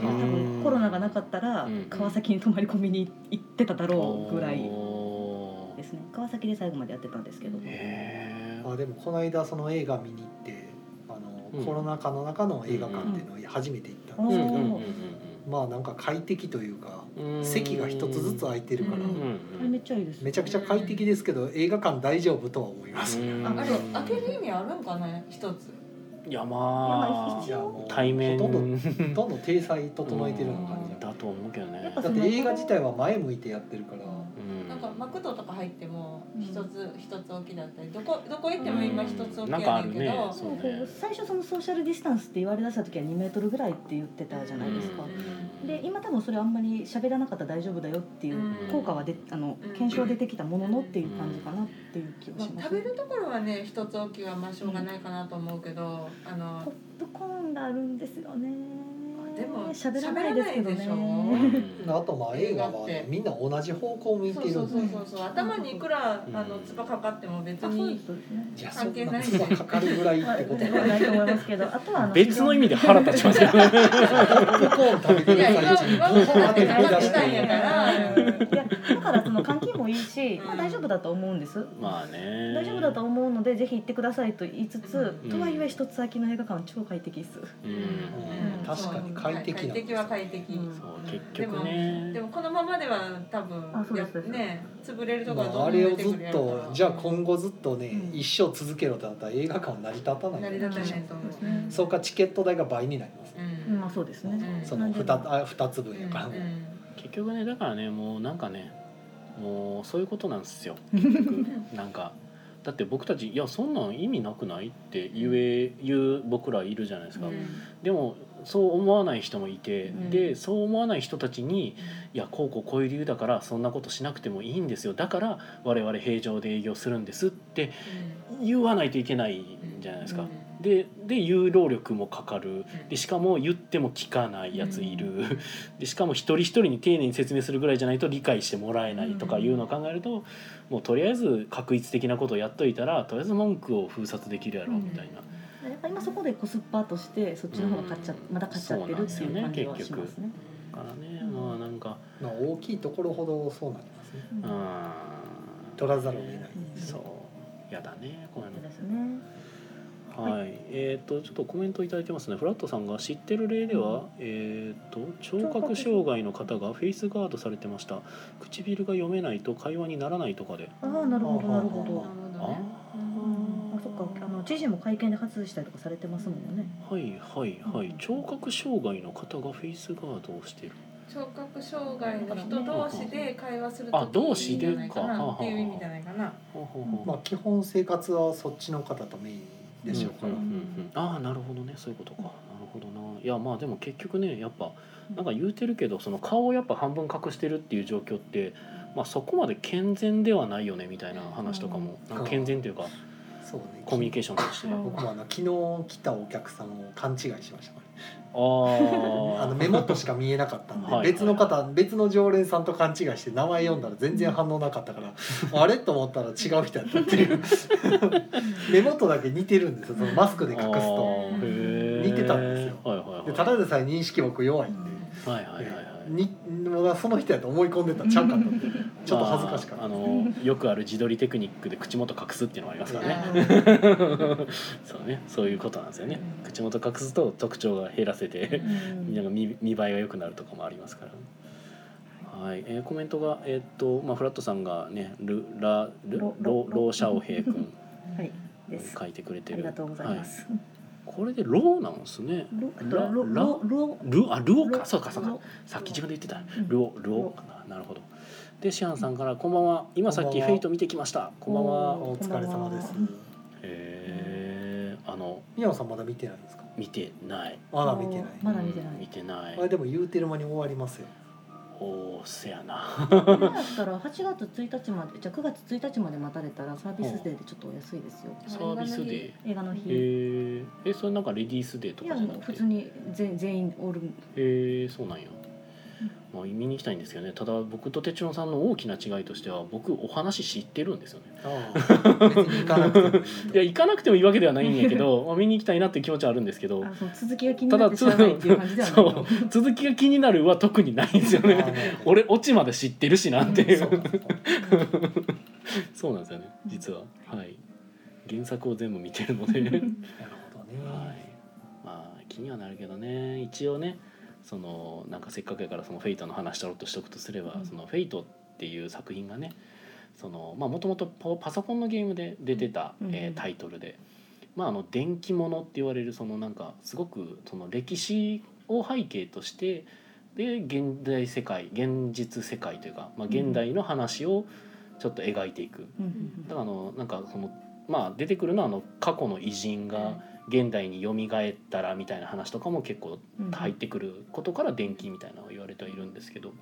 B: 多
A: ん
B: 分コロナがなかったら
A: うん
B: 川崎に泊まり込みに行ってただろうぐらい
A: お
B: で
A: ー
B: すね川崎で最後までやってたんですけど、
A: へ
E: あでもこの間その映画見に行ってあの、
A: うん
E: コロナ禍の中の映画館っていうのを初めて行ったんですけど
A: え
B: う
A: うんんうんうん
E: まあなんか快適というか
A: うんうん
E: 席が一つずつ空いてるから、
B: うん
A: うん
B: あ
A: う
B: れめ
A: ん
B: っちゃいいです
E: めちゃくちゃ快適ですけど映画館大丈夫とは思います、
A: うん
D: ああれ、開ける意味あるんかな、一つ。
A: いやま
E: いや
A: あ
E: もう
A: 対面
E: ほとんどどんどん体裁整えてるような感じだ
A: だと思うけどね
B: やっぱ
E: だって映画自体は前向いてやってるから、
A: うん
D: なんかマクドとか入っても
B: うん
D: 一つ一つ置きだったりどこどこ行っても今一つ置きやねんけ
A: なんかある
D: ど
A: ね
B: そうこう最初そのソーシャルディスタンスって言われ出した時は2メートルぐらいって言ってたじゃないですか、
A: うん
B: で今多分それあんまり喋らなかったら大丈夫だよっていう効果はであの
D: うん
B: 検証出てきたもののっていう感じかなっていう気が
D: まあ
B: します、
D: 食べるところはね一つ置きはまあしょうがないかなと思うけどあ
B: ポッ
D: の
B: プコーンがあるんですよね
D: でも
B: 喋らないですけど
D: 喋らないでし
B: ね
A: う
D: ょ
A: ん
E: あとまあ映画は、
D: 映画って
E: みんな同じ方向向い
D: そ
E: て
D: う
E: る
D: そ
E: ん
D: う
E: で
D: そうそうそう頭にいくら
A: うん
D: あのつばかかっても別
B: あそうで
D: に
B: すそうですね
E: いやそ
D: 関
E: ん
D: 係
E: な
D: ない
E: つばかかるぐらい
B: ま
E: っ
B: あ
E: てこと
B: で
E: は
B: は
E: ない
B: ないと思いますけどあとはあの
A: 別の意味で腹立ちますけど
E: ポップコーン食べて
D: い
E: る
D: や
E: 最
D: 今
E: 中に
D: 今まで食べてたんやから
B: いやだからその換気もいいし、まあ、大丈夫だと思うんです
A: まあね
B: 大丈夫だと思うのでぜひ行ってくださいと言いつつ、
A: うん
B: とはいえ一つ先の映画館は超快適です、
A: う
D: うんん
E: 確かに快適なんです
D: 快適
E: よ
D: は快適、
B: うん
A: そう結局ね
D: でもこのままでは多分
B: あそうですそうです
D: ね潰れるとこ
E: ま
D: ろ
E: あ、あれを
D: 出て
E: ず
D: くる
E: っ
D: やろう
E: と
D: から
E: じゃあ今後ずっとね、
B: うん
E: 一生続けろってなったら映画館は成り立たない
D: 成り立たないと思ううん
E: そうかチケット代が倍になります、
D: う
B: うん
D: ん
B: まあそうですね、
D: うん
E: その 2, あ2つ分やから、
A: 結局ねだからねもうなんかねもうそういうことなん ですよ結局なんかだって僕たち「いやそんなん意味なくない?」って言え言う僕らいるじゃないですか、
D: うん
A: でもそう思わない人もいて、
B: うん
A: でそう思わない人たちに「いやこうこうこういう理由だからそんなことしなくてもいいんですよだから我々平常で営業するんです」って言わないといけないんじゃないですか。
D: うん
A: でで有労力もかかるでしかも言っても聞かないやついる、 でしかも一人一人に丁寧に説明するぐらいじゃないと理解してもらえないとかいうのを考えると、もうとりあえず確一的なことをやっといたらとりあえず文句を封殺できるやろみたいな、
B: やっぱ今そこでコスパとしてそっちの方が勝っちゃ、
A: うん
B: まだ勝っちゃってるっていう感じはしますね。
A: からね
B: うん
A: まあなんか
E: まあ、大きいところほどそうなりますね
A: うん
E: 取らざるを得ない。
B: うん
A: そうやだねこういうの
B: そうですね
A: はい、えっ、とちょっとコメントいただいてますね。フラットさんが知ってる例では、えっ、と聴覚障害の方がフェイスガードされてました。唇が読めないと会話にならないとかで。
B: ああなるほどなるほ
E: あ
B: ど
D: ほ
A: あ
B: うんあそっかあの知事も会見で発したりとかされてますもんね
A: あ、はいはいは
B: う
A: い
B: ん。
A: 聴覚障害の方がフェイスガードをしてる。
D: 聴覚障害の人同士で会話する
A: あ同士でか
D: いいんじゃないなっていう意味じゃないかな。
A: ほうほうほう
E: まあ基本生活はそっちの方とメインでしょうか
A: う
E: ら。
A: んうんうんああなるほどねそういうことかなるほどないやまあでも結局ねやっぱなんか言うてるけどその顔をやっぱ半分隠してるっていう状況って、まあ、そこまで健全ではないよねみたいな話とかも、なんか健全というか
E: そうね。
A: コミュニケーションとして
C: う
A: あ
C: ん
E: 僕もあの昨日来たお客さんを勘違いしましたからね。
A: あ
E: あのメモっとしか見えなかったん
A: はいはい
E: で別の方別の常連さんと勘違いして名前読んだら全然反応なかっ たからあれと思ったら違う人やったっていうメモとだけ似てるんですよそのマスクで隠すと
A: あーへー
E: 似てたんですよ
A: はいはいはい
E: でただでさえ認識僕弱いんで、
A: はいはいはいはい
E: にもうその人やと思い込んでたんちゃ うかったっていうちょっと恥ずかしかっ
A: まあ
E: た
A: あのよくある自撮りテクニックで口元隠すっていうのもありますからね そうねそういうことなんですよね口元隠すと特徴が減らせて
B: うん
A: なんか見見栄えが良くなるとかもありますから。はい、えーコメントが、えーっと、まあ、フラットさんがね、ル、ラ、ル、ロ
B: ロ、
A: ロ
B: ロ
A: ーシャオヘイ君。
B: はいです
A: 書いてくれて
B: あ
A: る。
B: りがとうございます
A: はい。これでローなんですね。
B: ロえっと
A: ラ
B: ロ
A: ラ
B: ロロ
A: ル、あ、ルオか、
B: ロ
A: そうか、そうか
B: ロ。
A: さっき自分で言ってた
B: う。ん
A: ルオ、ルオかな、なるほど。で、シアンさんから、こんばんは。今さっ
E: こ
A: き
E: んばんは
A: フェイト見てきました。こんばんは。
E: お疲れ様です
A: えー、あの、
E: 宮野さんまだ見てないんですか
A: 見てない。
E: まだ見てない
B: まだ見てない
A: うん見てな
E: あれ
A: い。
E: でも言うてる間に終わりますよ
A: おお、せやな。
B: 今だったら8月1日までじゃあ9月1日まで待たれたらサービスデーでちょっとお安いですよ
A: サービスデー。
B: 映画の日
A: えー、えそれなんかレディースデーと
B: い
A: か
B: や
A: じゃな
B: もう
A: く
B: 普
A: て
B: 通に全全員オール
A: えー、そうなんや、まあ、見に行きたいんですけどねただ僕と哲郎さんの大きな違いとしては僕お話知ってるんですよね
E: ああ別に行かなくてもいいと
A: いや行かなくてもいいわけではないんやけ どまあ見に行きたいなっていう気持ちはあるんですけど
B: あその続きが気に
A: た
B: な
A: だ
B: って
A: つ
B: しゃあないっていう感じではない
A: そう続きが気になるは特にないんですよ
E: ああ
A: ね
E: なるほど
A: 俺オチまで知ってるしなっていう、
E: そうか
A: そうなんですよね実ははい原作を全部見てるの で
E: なるほどね、
A: はい、まあ気にはなるけどね一応ねそのなんかせっかくやからその「フェイトの話しろうとしとくとすれば「
B: うん
A: そのフェイトっていう作品がねそのまあもともとパソコンのゲームで出てた、
B: うん
A: えー
B: うん
A: タイトルで、まあ、あの電気物って言われるそのなんかすごくその歴史を背景としてで現代世界現実世界というか、まあ、現代の話をちょっと描いていく
B: うんうん
A: だからあのなんかそのまあ出てくるのはあの過去の偉人が現代に蘇ったらみたいな話とかも結構
B: うんうん
A: 入ってくることから電気みたいなのを言われてはいるんですけど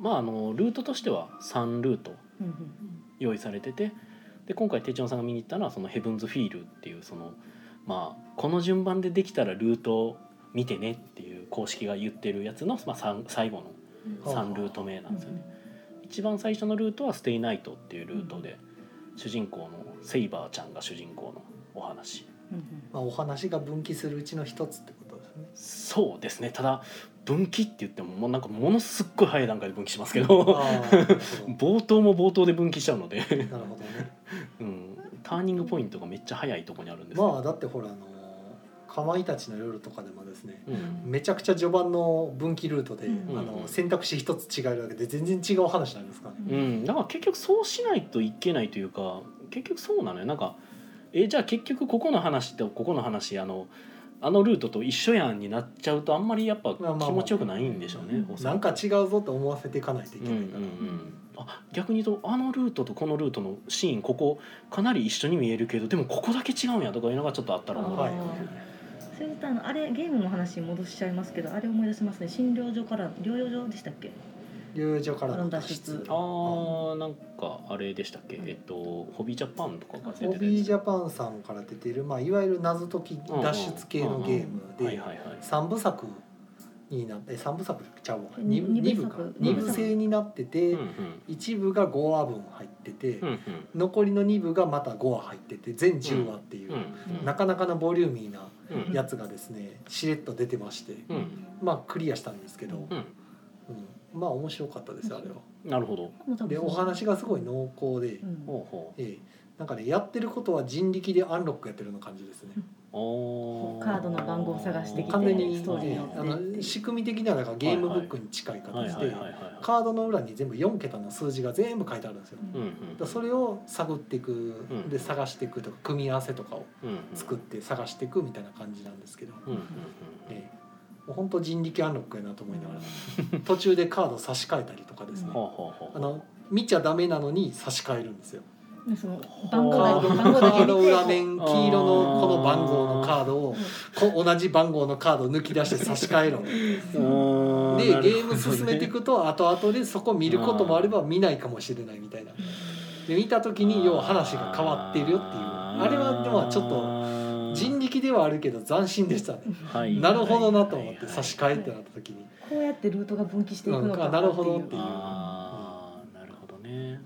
A: まああのルートとしては3ルート
B: うんうん
A: 用意されててで今回手帳さんが見に行ったのはそのヘブンズ・フィールっていうそのまあこの順番でできたらルートを見てねっていう公式が言ってるやつの、まあ、さん最後の3ルート目なんですよね。一番最初のルートは「ステイナイト」っていうルートで、主人公のセイバーちゃんが主人公のお話
B: うんうん
E: まあ、お話が分岐するうちの一つってことですね
A: そうですねただ分岐って言ってももうなんかものすっごい早い段階で分岐しますけ ど
E: ああなるほ
A: 冒頭も冒頭で分岐しちゃうの で、
E: どなるほどね
A: うん、ターニングポイントがめっちゃ早いとこにあるんですよ
E: まあだってほらあのかまいたちの夜とかでもですね
A: うん
E: めちゃくちゃ序盤の分岐ルートで、
B: うん
E: あ
A: う
E: の
A: ん
E: 選択肢一つ違えるだけで全然違う話なんですからね、
A: うん、だから結局そうしないといけないというか結局そうなのよなんかえじゃあ結局ここの話とここの話あのあのルートと一緒やんになっちゃうとあんまりやっぱ
E: まあまあまあ
A: 気持ちよくないんでしょうね、おそら
E: なん
A: く
E: か違うぞと思わせていかないといけ
A: うんう
E: なんいうから、
A: ん、あ逆に言うとあのルートとこのルートのシーンここかなり一緒に見えるけどでもここだけ違うんやとかいうのがちょっとあったらおもろい
E: はい
B: それで言ったらあのあれゲームの話に戻しちゃいますけどあれ思い出しますね診療所から療養所でしたっけ
E: 友情からの脱
B: 脱
E: 出
B: 出
A: あーなんかあれでしたっけ、えっとホビージャパンとかが出
E: ホ
A: てた
E: ビー
A: やつ
E: ジャパンさんから出てる、まあ、いわゆる謎解き脱出系のゲーム
A: うんうんうんうん
E: で
A: はいはいはい
E: 3部作になって3部作ちゃうわ
B: に
E: 2,
B: 二部
E: 部か
B: 作
E: 2部制になってて、
A: うんうん
E: 一部が5話分入ってて、
A: うん
E: 残りの2部がまた5話入ってて全10話っていうう、
A: んうん
E: なかなかのボリューミーな
A: うん
E: やつがですねしれっと出てまして、
A: うん
E: まあクリアしたんですけど、
A: うん
E: うん、まあ面白かったですあれは。
A: なるほど。
B: もう多分
E: でお話がすごい濃厚で、
B: うん
A: ほうほ
E: ええなんかねやってることは人力でアンロックやってるような感じですね。
A: う。おー
B: カードの番号を探してきて
E: 完全に、
B: ストーリーによって
E: あの仕組み的にはなんかゲームブックに近い
A: はい
E: 形
A: はい
E: で
A: はいはい。
E: カードの裏に全部4桁の数字が全部書いてあるんですよ。
A: うんうん
E: だからそれを探っていく
A: うん
E: で探していくとか組み合わせとかを
A: うんうん。
E: 作って探していくみたいな感じなんですけど、
A: うんうんうん
E: ええもう本当人力アンロックやなと思いながら 途中でカード差し替えたりとかです
A: うん。
E: ね
A: ほうほうほう。
E: あの見ちゃダメなのに差し替えるんですよ
B: でその
E: カ
B: 番号だけ番号だけ
E: ー
B: 見
E: ド
B: て
E: 裏面黄色のこの番号のカードをこ同じ番号のカードを抜き出して差し替えろ
A: あ
E: でゲーム進めてい
A: く
E: くと後々でそこ見ることもあれば見ないかもしれないみたいなで見た時に要は話が変わってるよっていうあれはでもちょっと
A: と
E: 人力ではあるけど斬新でしたね
A: はい
E: なるほどなと思
A: は
E: っ
A: いはいは
E: て
A: い
E: 差し替えってなった時に
B: こうやってルートが分岐していくのか
E: うんあなるほどっていう
A: ああなるほどね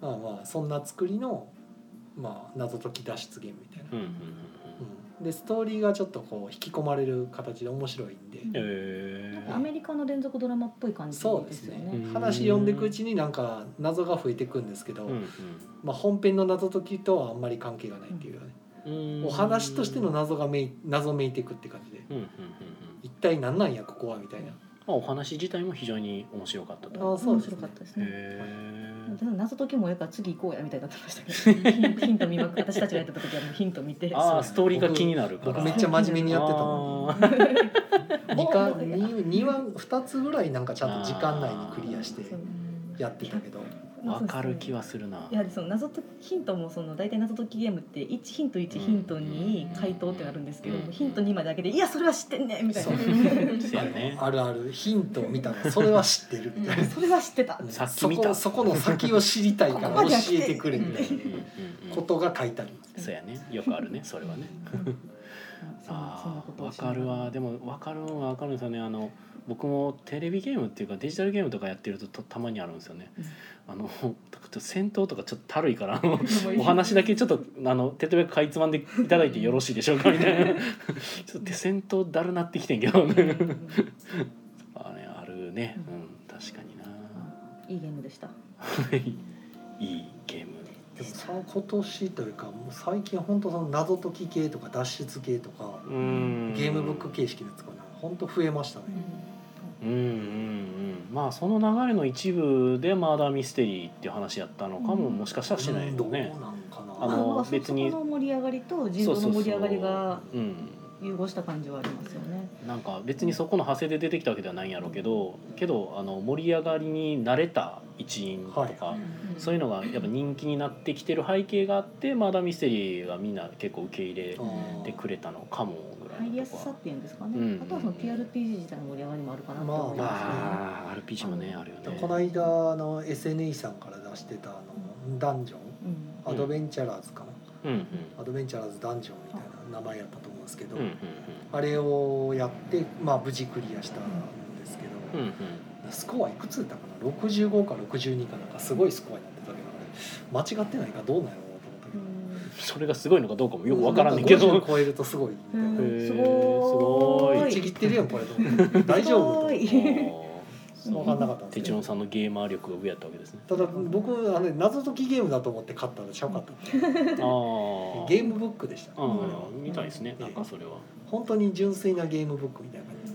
E: まあまあそんな作りのまあ謎解き脱出ゲームみたいな
A: うんうんうんうん
E: うんでストーリーがちょっとこう引き込まれる形で面白いんで
A: え
B: アメリカの連続ドラマっぽい感じ
E: そうで
B: ですすよ
E: ね
B: ね。
A: うん
E: 話読んでいくうちになんか謎が増えていくんですけど、
A: ー
E: まあ、本編の謎解きとはあんまり関係がないっていうよ
A: う
E: ね、
A: んうん
E: お話としての謎がめい謎めいていくって感じで
A: うんうんうんうん
E: 一体何なんやここはみたいな
A: まあお話自体も非常に面白かったと
E: あそう
B: 面
E: ですね
B: 白かったです
A: へ
B: ね。
A: え
B: でも謎解きもええから次行こうやみたいになってましたけどヒント見まく私たちがやってた時はもうヒント見て
A: あ
E: そう
A: あストーリーが気になるから
E: 僕めっちゃ真面目にやってたもん
A: あ
E: 2か二は2つぐらいなんかちゃんと時間内にクリアして
B: そう
E: やってたけど
A: ーわかる気はするない
B: やその謎解きヒントもその大体謎解きゲームって1ヒント1ヒント2回答ってなるんですけど、
A: うん
B: ヒント2までだけで「いやそれは知ってんねん」みたい
E: そう
B: な
A: せやね
E: あるあるヒントを見たらそれは知ってるみた
B: 「
E: いな
B: それは知ってた」
A: さっき見た
E: そこそこの先を知りたいから教えてくれみたい
A: うんうん
E: な
A: う
E: こ
A: ん
E: とが書いてある
A: そうやねよくあるねそれはね
B: そんなそんな
A: あ
B: こと
A: あ
B: を
A: わ
B: しな
A: か
B: がら
A: る わでもわかるのはわかるんですよねあの僕もテレビゲームっていうかデジタルゲームとかやってるととたまにあるんですよね、あのちょっと戦闘とかちょっとたるいからあの お話だけちょっとあの手っ取り早くかいつまんでいただいてよろしいでしょうかみたいな ちょっと手戦闘だるなってきてんけど あれあるねうん確かにない
B: いゲームでした。
A: いいゲーム
E: でもさ今年というかもう最近本当その謎解き系とか脱出系とか
A: うーん
E: ゲームブック形式で使うのは本当増えましたね、
A: うんうんうんまあその流れの一部でマーダーミステリーっていう話やったのかも、
B: うん
A: もしかしたらしてないの
E: どうな
A: ね
E: ん、かな
A: あ
B: まあ
A: の
B: まあそ
A: 別に
B: そこの盛り上がりと人道の盛り上がりが
A: うん
B: 融合した感じはありますよね。
A: なんか別にそこの派生で出てきたわけではないんやろうけどけどあの盛り上がりに慣れた一員とか、
E: はい
A: そういうのがやっぱ人気になってきてる背景があってマーダーミステリーがみんな結構受け入れ
E: あ
A: て
E: ー
A: くれたのかもぐらい
B: 入り
A: の
B: や
A: と
B: す
A: こ
B: さ
A: は
B: っていうんですかね。
A: うん
B: あとはその TRPG 自体の盛り上がりもあるかなと思い
E: ま
B: ますね。
A: ああ RPG もねあるよね
E: この間あの SNE さんから出してたあのダンジョン
B: うん
E: アドベンチャラーズかな、
A: うんうん
E: アドベンチャラーズダンジョンみたいな名前やったと思うんですけど、
A: うんうん
E: あれをやって、まあ、無事クリアしたんですけど、
A: うんうんうん
E: スコアいくつだったかな65か62かなんかすごいスコアになってたけどあれ間違ってないかどうなんやろうなと思ったけど、
A: それがすごいのかどうかもよくわからんねんけ
E: な
A: ど
E: か50超えるとすごいみたいな、
B: うん
A: へー
B: すごーい
E: ちぎってるやんこれと思って大丈夫と思っ
B: すごい
E: て分かんなかったんです
A: テ
E: け
A: チロ
E: ど
A: ンさんのゲーマー力が上やったわけですね。
E: ただ僕あの、ね、謎解きゲームだと思って買ったらちゃうかった
A: ああ。
E: ゲームブックでした、
A: うん
E: あれは
A: うん、みたいですね。なんかそれは。
E: 本当に純粋なゲームブックみたいな感じです、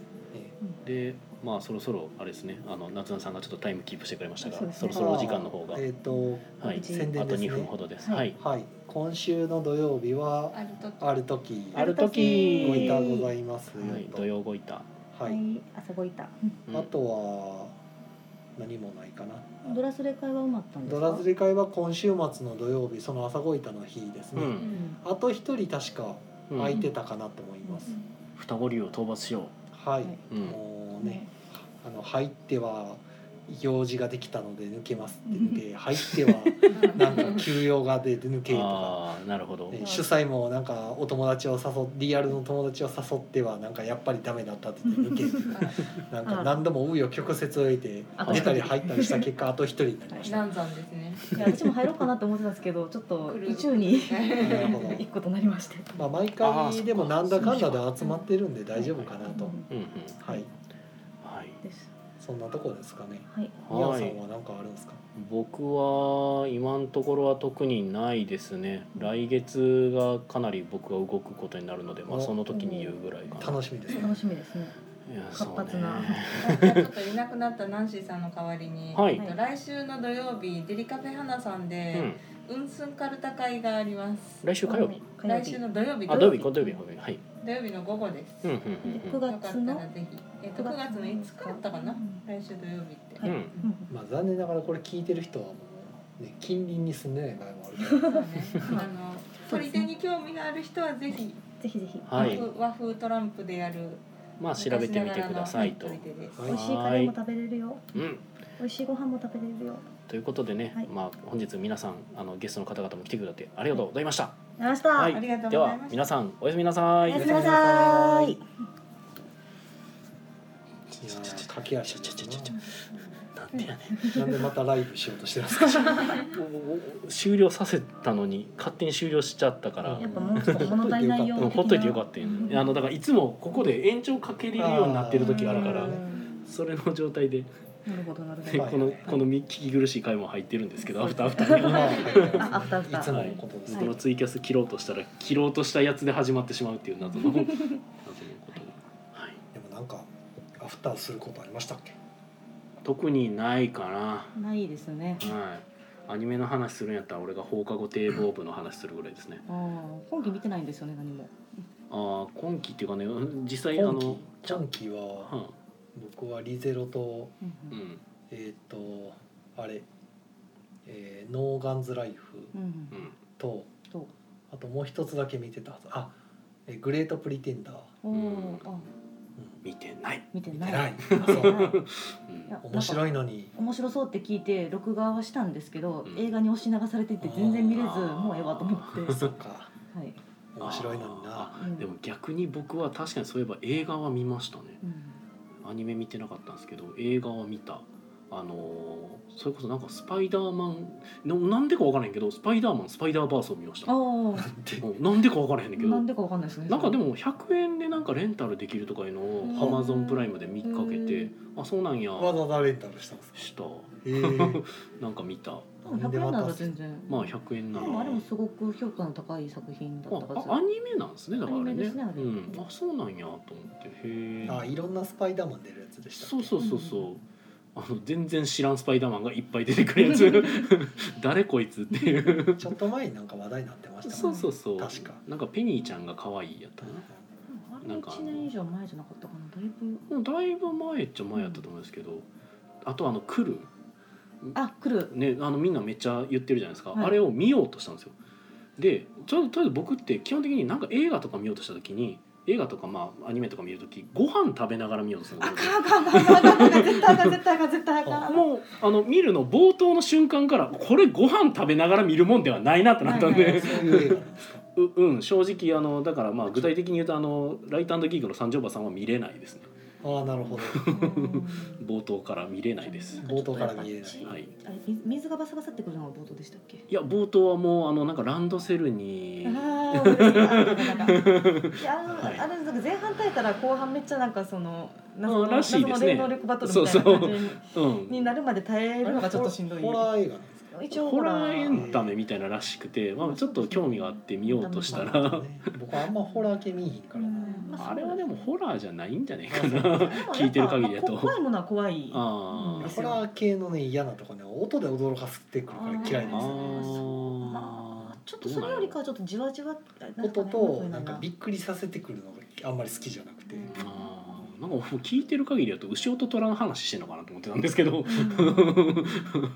E: え
A: で、まあそろそろあれですね。あの夏菜さんがちょっとタイムキープしてくれましたが、
B: そうです
A: そ
B: ね
A: ろそろお時間の方
E: え
A: が。
E: えっ、と
A: はい。
E: 宣
A: あ
E: 伝
A: と
E: で
A: 2
E: すね
A: 分ほどです。
B: はい
A: はい。
E: はい今週の土曜日は
D: あるとき
E: ある時
A: ある時。
E: ごいたご
A: は
E: ざいますよ
A: い。
E: と
A: 土曜ごいた。
E: は、
B: はいい、朝ごいた。
A: うん
E: あとは何もないかな
B: ドラスレ会は埋まったんです
E: ド
B: か。
E: ラズレ会は今週末の土曜日その朝ごいたの日です
A: う
E: ね、
A: ん。
E: あと一人確か
A: うん
E: 空いてたかなと思います、
A: 双子竜を討伐しよ
E: は
B: はい
E: い、
A: う。うん。
E: もうねあの入っては用事ができたので抜けますって抜け入って は なんか休養が出て抜けと か
A: ああ、なるほど。
E: ね主催もなんかお友達を誘っリアルの友達を誘ってはなんかやっぱりダメだったって言って抜けなんか何度も紆余曲折を得て
B: あと
E: 出たり入ったりした結果あと一人になりました。
D: 難産です ね。
B: いや私も入ろうかなと思ってたんですけど、ちょっと宇宙に
E: なる ほど
B: 一個となりまして。
E: まあ毎
A: あーそっ
E: 回
A: か
E: でもなんだかんだで集まってるんで大丈夫かなと。
A: うんうん。
E: はい。
A: はい。
B: です。
E: そんなとこですかね。
B: はい
E: ミヤ
A: は
E: さ
A: い
E: んは何かあるんですか。
A: 僕は今のところは特にないですね来月がかなり僕が動くことになるので、まあ、
E: お
A: その時に言うぐらいかな
E: 楽しみですね。
B: 楽しみですね
A: いや
B: 活
A: そう
B: 発な
A: ね
D: じゃあちょっといなくなったナンシーさんの代わりに、
A: はい
D: えっと来週の土曜日デリカフェ花さん
A: う
D: で
A: ん、
D: うんすんかるた会があります。
A: 来週火曜日
B: 火曜
D: 来
B: 日
D: 週の土曜日
A: あ土曜日土曜日土曜日はい
D: 土曜日の午後です。
A: うんうん
B: 九
D: よか
B: 月
D: った
B: の
D: らぜひ。えっと9月の5日だったかな
B: う。ん
D: 来週土曜日って。
A: うんうん、
D: う
A: うん
B: うん
E: まあ残念ながらこれ聞いてる人はもうね近隣に住んでない場合もあるけど。
D: そうね。 あの取り手に興味がある人はぜひ
B: ぜひぜひ
A: はい
D: 和風和風トランプでやる
A: まあ調べてみてくださいと、
D: 昔ながらの取り手で す
E: はい
B: 美味しいカレーも食べれるよ
A: うん、
B: 美味しいご飯も食べれるよ
A: ということでね、
B: はい
A: まあ、本日皆さんあのゲストの方々も来てくださってありがとうございました、
B: やりました、
A: はい
D: ありがとう
A: で
D: ござい
A: は
D: ました。
A: 皆さんおやすみなさ
B: お
A: い
B: やすみなさーい
E: いやー駆け足だ
A: なんでやね
E: な。なんでまたライブしようとしてるんですか。
A: んおおお 終了させたのに勝手に終了しちゃったから、
B: やっぱもうちょっと物足りないよ
A: うんほっといてよかったよ、ね、あのだからいつもここで延長かけれるようになってる時があるから
E: あー
A: それの状態で、
B: なるほどなるほ
A: で
B: ど
E: はい
A: このこの聞き苦しい回も入ってるんですけどアフターアフター
E: ま
A: に。
E: あ
B: あアフターアフター
E: いつものことです
A: こ
E: ね。
A: のツイキャス切ろうとしたら切ろうとしたやつで始まってしまうっていう謎の謎のことが、はい、
E: でもなんかアフターすることありましたっけ。
A: 特にないかな
B: ないですね
A: はい。アニメの話するんやったら俺が放課後堤防部の話するぐらいですね。
B: ああ本気見てないんですよね何も
A: ああ今期っていうかねうん実際あ
E: 今期
A: のちゃ
E: 今
A: ん
E: 期
A: う
E: は
A: ん
E: 僕はリゼロと
A: う
B: うん
A: ん
E: えっ、とあれ、えーノーガンズライフ
B: うんうん
A: うん
E: と
B: と
E: あともう一つだけ見てたはずあえーグレートプリテンダー、
B: お
A: うん
B: おあ
E: う
A: 見てない。
B: 見て
E: ん、見
B: な
E: て
B: い
E: ないあそう
A: うん
B: や
E: 面
B: なんか
E: 白いのに
B: 面白そうって聞いて録画はしたんですけど、
A: うん
B: 映画に押し流されてて全然見れず
A: あー
B: もうええわと 思って
E: そっか
B: はい、
E: 面白いのにな
A: あ
B: うん
A: でも逆に僕は確かにそういえば映画は見ましたね。
B: うん、
A: アニメ見てなかったんですけど映画は見た。あのーそれこそなんかスパイダーマンななんでかわからへんけどスパイダーマンスパイダーバースを見ました。
B: あ
A: うんなんでかわからへんねん
B: あ
A: けど
B: なんでかわかんないですね
A: なんかでも100円でなんかレンタルできるとかいうのを
B: うん
A: アマゾンプライムで見かけてあそうなんや
E: わざわざレンタルしたんですか
A: した
E: えー、
A: なんか見た
B: でも100円なら全然
A: まあ100円
B: で
A: なら
B: もあれもすごく評価の高い作品だった
A: ああア
B: はず
A: ニメなんですねだからあれ
B: アニ
A: ね
B: メですねあれ
A: うん、あそうなんやと思ってへえ
E: あいろんなスパイダーマン出るやつでしたっけ
A: そうそうそうそう
B: うん
A: あの全然知らんスパイダーマンがいっぱい出てくるやつ誰こいつっていう
E: ちょっと前になんか話題になってました
A: そうそううそう
E: 確か
A: なんかペニーちゃんが可愛いやったな
B: あれも1年以上前じゃなかったかなだいぶ
A: もうだいぶ前っちゃ前やったと思うんですけど、あとあの「来る」
B: あ来る
A: ね、あのみんなめっちゃ言ってるじゃないですか、
B: はい
A: あれを見ようとしたんですよでちょとりあえず僕って基本的になんか映画とか見ようとした時に映画とかまあアニメとか見る時ご飯食べながら見ようとするん
B: あかん
A: ですよ
B: あかんあかんあかんあ かん絶対あかん絶対あかん絶対あかん
A: もうあの見るの冒頭の瞬間からこれご飯食べながら見るもんではないなとなったんで、
B: はいはい
E: そういう映画なんですか
A: ううん正直あのだからまあ具体的に言うとあのライトギークの三条馬さんは見れないですね
E: ああなるほど
B: うん
A: 冒頭から見れないです
E: 冒頭から見えない
A: はい
B: あれ水水がバサバサってくるのが冒頭でしたっけ
A: いや冒頭はもうあのなんかランドセルに
B: あー俺なんかいやあの
A: はい
B: あれなんか前半耐えたら後半めっちゃなんかその謎
A: あ
B: の
A: ーらし
B: 謎
A: いですね
B: の霊能力バトルみたいな感
A: うん
B: じになるまで耐えるのがちょっとしんどい
E: ホラー映画なんですか
B: 一応
A: ホ
B: ホ
A: ラ
B: ラ
A: ーエ
B: ー
A: ンタメみたいならしくて、まあ、ちょっと興味があって見ようとした
E: なるほ
A: ら
E: どね僕はあんまホラー系見えへんからな
A: あれはでもホラーじゃないんじゃないか
E: あそう
A: な
E: で
A: 聞いてる限りだと
B: まあ怖いものは怖い
A: あ
B: うん
A: ー
E: ホラー系のね嫌なとこね音で驚かせてくるから嫌い
A: あ
E: なんですよ
B: まあちょっとそれよりかはちょっとじわじわなんか
E: 音
B: ね
E: となんか
B: こう
E: び
B: いう
E: っくりさせてくるのがあんまり好きじゃなくて
A: どうなんやろあーなんかもう聞いてる限りだと牛音虎の話してんのかなと思ってたんですけど
B: のが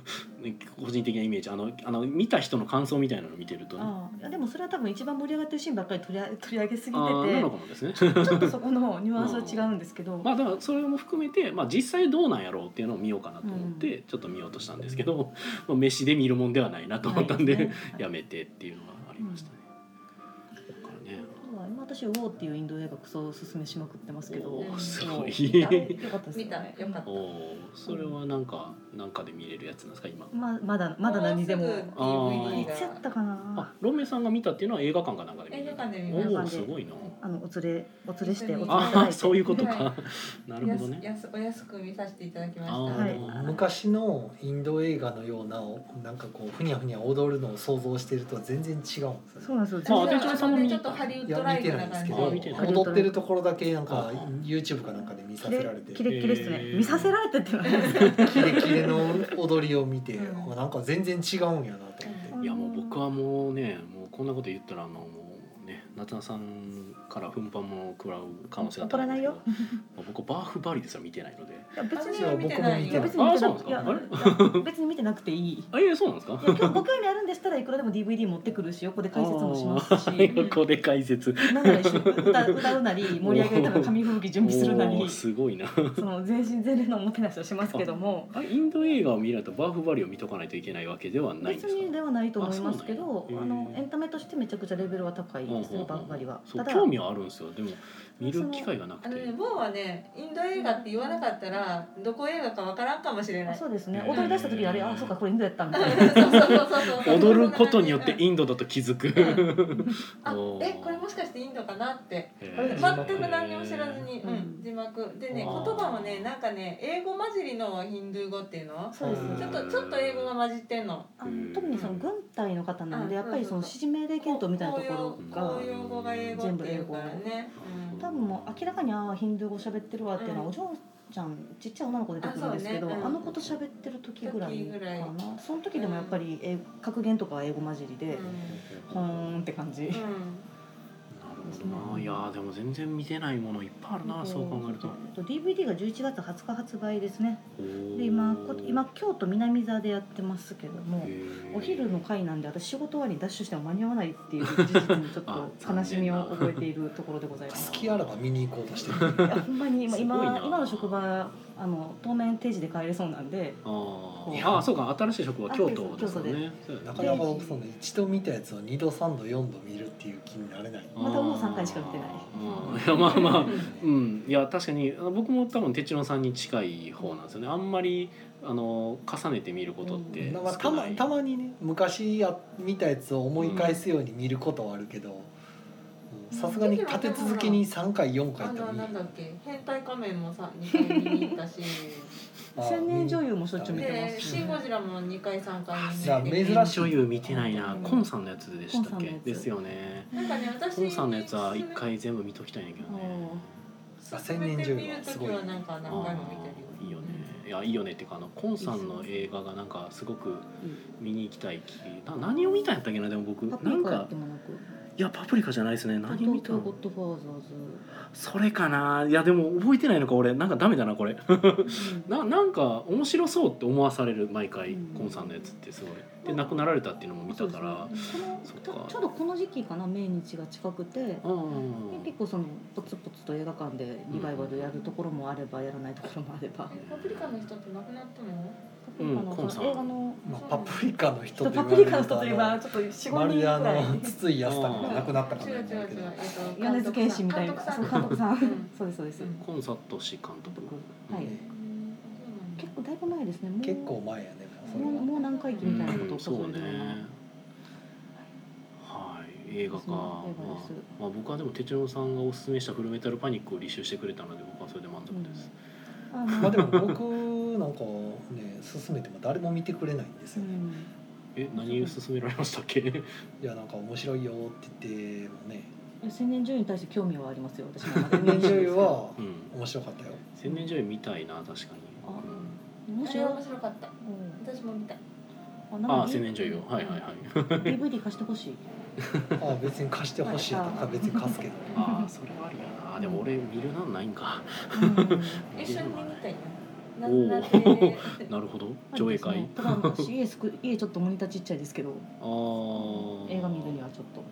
A: 個人的なイメージあのあの見た人の感想みたいなの見てるとね
B: あーいやでもそれは多分一番盛り上がってるシーンばっかり取り上げ 取り上げすぎ
A: あーなのか
B: て
A: もですね
B: てちょっとそこのニュアンスは違うんですけど
A: まあだからそれも含めて、まあ、実際どうなんやろうっていうのを見ようかなと思ってちょっと見ようとしたんですけど、 まあ、飯で見るもんではないなと思ったんで
B: ないすね
A: やめてっていうのがありましたね。だからね、
B: はい今私「ウォー」っていうインド映画クソおすすめしまくってますけど
A: おーす
B: も
A: ご
B: う
A: い
B: あれよかったですね
D: 見たよかった
A: おおー、それはなんかなんかで見れるやつなんですか今。
B: ままだまだ何でも
D: うすぐ DVD
B: い
D: が
B: つやったか
A: あ
B: な、
A: ロンメイさんが見たっていうのは映画館かなんかで見
D: 映
A: る
D: 画。館で見ま
A: お
D: し
A: お
D: た
A: ー、すごいな。
B: あのお連れお連れしてお連れいただ
A: あ
B: いて
A: あそういうことか、
D: は
A: なるほどね
D: やすお安く見させていただきま
A: あ
D: した。
B: は
A: ー
B: い
A: でも
E: 昔のインド映画のようななんかこうふにゃふにゃ踊るのを想像しているとは全然違うんですよね
B: そうなんですよ
A: まあ
B: 全
A: 私
B: 然
A: もその見
D: ちょっとハリウ
E: い
D: ッ
E: や
D: ドラ
E: 見
D: イ
E: て
D: ク
E: ない
D: なん感
E: です
D: じ
E: け
D: で。
A: あ
E: ど
A: 見てない
E: 踊ってるところだけなんか
A: あ
E: YouTube かなんかで見さ
B: キ
E: せ
B: レ
E: られて
B: キ
E: キ
B: レキレですね、
A: えー
B: 見させられてって言われます
E: レキレの踊りを見て
D: うん
E: なんか全然違うんやなと思っ
A: いやもう僕はもうねもうこんなこと言ったらあのもうね夏菜さんから奮発も食らう可能性が高んですけど
B: 怒
A: まあ僕バーフバリでさ見てないので
B: いや別
D: 私
B: に
D: は見てない
E: いや
D: よ。
E: 僕
B: 別
A: も
B: に
A: 見て
B: 見て
A: ない
B: な
A: あ
B: く
A: そうなんで
B: いやいや別に見てな くていい。い
A: あえそうなんですか
B: や今日ご興味あるんでしたらいくらでも DVD 持ってくるし横で解説もします
A: あ
B: し
A: ー横で解説
B: なんなら一緒に歌歌うなり盛り上げるための紙吹雪準備するな
A: おー
B: り
A: すごいな
B: その全身全霊のおもてなしをしますけども
A: あインド映画を見るとバーフバリを見とかないといけないわけではないん
B: 別
A: ですか
B: にではないと思いますけ
A: あ
B: ど
A: そうなんや
B: あ
A: へ
B: の
A: ー
B: エンタメとしてめちゃくちゃレベルは高いです
A: うんうんう
B: ね
A: ん
B: バッバリは。
A: そう
B: ただ
A: 興味はあるんですよでも見る機会がなく
D: あのね、
A: て
D: 某はね、インド映画って言わなかったら、どこ映画かわからんかもしれない。
B: そうですね踊り出した時にあれあそうかこれインドやったみたいな。
D: そうそうそうそう
A: 踊ることによってインドだと気づく
D: あ
A: お、ー
D: え、これもしかしてインドかなって。
A: へ
D: 全
A: ー
D: く何にも知らずに、
B: う
D: うんん、字幕でね、言
A: あー
D: 葉もね、なんかね、英語混じりのヒンドゥー語っていうの。
B: そうです
D: ち
B: ね
D: ょっ。と、ちょっと英語が混じってんの。
B: あの特にその軍隊の方なので
D: うん
B: やっぱりその指示命令検討みたいなところが
D: 公用語が英語っていうからね。うん
B: 多分もう明らかにああヒンドゥー語喋ってるわっていうのは、
D: うん
B: お嬢ちゃんちっちゃい女の子出てくるんですけどあ,、
D: あそうねうん
B: の子と喋ってる時ぐらい
D: 時
B: か
D: ぐらい
B: なその時でもやっぱり英格言とかは英語混じりで、ほーんって感じ、
D: うんうん
A: なるほどないやーでも全然見てないものいっぱいあるなそう考えると
B: えっと DVD が11月20日発売ですね
A: おー
B: で今こ今京都南座でやってますけども、
A: へー
B: お昼の会なんで私仕事終わりにダッシュしても間に合わないっていう事実にちょっ
A: あ
B: と悲
A: 残
B: し
A: 念
B: み
A: な
B: を覚えているところでございます
E: 好きあらば見に行こうとしてる
B: いやほんまに今
A: すごいな
B: 今今の職場あの当面定時で帰れそうなんで
A: あ
B: う
A: ーあーそうか新しい職は京都ですよ
B: あ
A: ねそう
E: な
A: だ
E: か
A: ね
E: なか僕その一度見たやつを二度三度四度見るっていう気になれない
B: またもう三回しか見てない
A: あーいやまあまあうん、いや確かにあの僕も多分哲郎さんに近い方なんですよねあんまりあの重ねて見ることって
E: まあ
A: 少
E: たま
A: ない、
E: たまにね昔や見たやつを思い返すように見ることはあるけどうんさすがに立て続けに3回4回
D: あ
E: と
D: の
E: 見
D: なんだっけ変態仮面もさ2回見に行ったし
B: 千年女優もしょっちゅう見てま
D: で「
B: す
D: シン・ゴジラ」も2回3回見に
E: じゃあ
D: 行っ
E: 珍
D: て
E: しい
A: 珍しい女優見てないなコンさんのやつでしたっ
B: コンさんの
A: け
B: やつ
A: ですよね
D: なんかね私
A: コンさんのやつは一回全部見ときたいんだけどね
E: あ千年女優はす
D: す
E: ご
D: ご
E: い
D: いなんか何回も見て
A: あーい
D: る
A: いよねいやいいよねっていうかあのコンさんの映画がなんかすごく見に行きたい気な何を見たんやったっけなでも僕
B: パ
A: な
B: プリ
A: ん
B: カや
A: か
B: ってもなく
A: いやパプリカじゃないですね何見
B: 東
A: た
B: 京
A: の
B: ゴッドファーザ
A: それかないやでも覚えてないのか俺なんかダメだなこれ
B: ーズ
A: ななんか面白そうって思わされる毎回、
B: うん
A: コンさんのやつってすごいで亡くなられたっていうの も見たから、
B: そうですね
A: そっ
B: こ
A: か
B: のちょうどこの時期かな命日が近くてで
A: うん
B: 結構そのポツポツと映画館でリバイバルやるところもあればやらないところもあれば
D: えパプリカの人って亡くなったの
A: うん
B: あの
A: コンサ
B: そ
A: ート
B: の映画の
E: まあ、パプリカの人
B: パ
E: と
B: プリ
E: 言わ
B: カの
E: れる
B: 人
E: と
B: といえばちょっと45
E: まる
B: 人
E: であ
B: くらい
E: の筒井康隆が亡くなったかも
D: 違う違う違
E: だけど
D: う え
B: 米津玄師みたい
D: 監
B: な
D: 督さ
B: そ
D: ん
B: う監督さん、
D: うん
B: そうですそうです、
D: うん
A: コンサート氏監督
B: はい
D: うん
B: 結構だいぶ前ですねもう
E: 結構前やねそれ
B: もう
E: は
B: もう何回忌みたいなことを数
A: そう
B: え
A: ね
B: てるような
A: はい映画か
B: そう映画です
A: まあ、まあ僕はでも哲郎さんがおすすめした「フルメタルパニック」を履修してくれたので僕はそれで満足です、
B: あ
E: まあ
B: の
E: でも僕なんかね勧めても誰も見てくれないんです
B: う
E: よね、
B: ん
A: え何を勧められましたっ け
E: いやなんか面白いよって言ってもね
B: 千年女優に対して興味はありますよ私も
E: 千年女優は
A: うん
E: 面白かったよ
A: 千年女優見たいな確かに
B: あ
A: 僕も
B: も
D: あ
B: し
D: れ
B: よ
D: 面白かった私も見た
B: うんなんか
A: ああ千年女優はいはいはい
B: DVD 貸してほしい
E: あ別に貸してほしいやったら別に貸 すけど
A: ああそれはありやなでも俺見るなんないんか
B: うん
D: 一緒に見に行ったよな
A: おお
D: なん で
A: なるほど上映会
B: ただ私家すく家ちょっとモニターちっちゃいですけど
A: ああ
B: 映画見るにはちょっと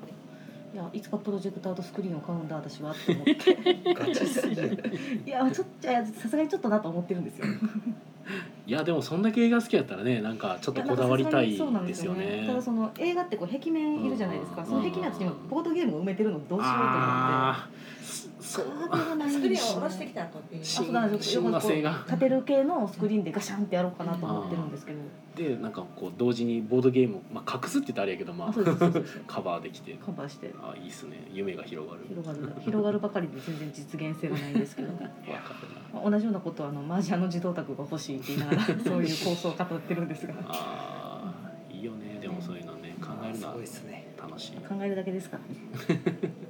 B: いやいつかプロジェクターとスクリーンを買うんだ私はって思 って
E: ガチすぎる
B: いやちょっといやさすがにちょっとなと思ってるんですよ
A: いやでもそんだけ映画好きやったらねなんかちょっとこだわりたい
B: やなんか
A: ですよね
B: ただその映画ってこう壁面いるじゃないですか、
A: うん
B: その壁面に今ボードゲームを埋めてるのどうしようと思って
A: あーそそう
B: カードがないん
D: クリーンを下ろしてきたとっていう。
B: そうなんですよ
A: 親和性が
B: 立てる系のスクリーンでガシャンってやろうかなと思ってるんですけど、
A: でなんかこう同時にボードゲームを、まあ、隠すって言ったらあれやけど、ま
B: あそうですそうですそう
A: あ、カバーできて
B: ですカバーして
A: あいいっすね夢が広がる
B: 広がる広がるばかりで全然実現性がないんですけど。
A: わかるな
B: まあ同じようなことをあのマージャンの自動卓が欲しいって言いながらそういう構想を語ってるんですが考
A: あーいいよねでもそういうのね考える
E: す
A: のは
E: ごいですね
A: 楽しい
B: えるだけですからね
E: い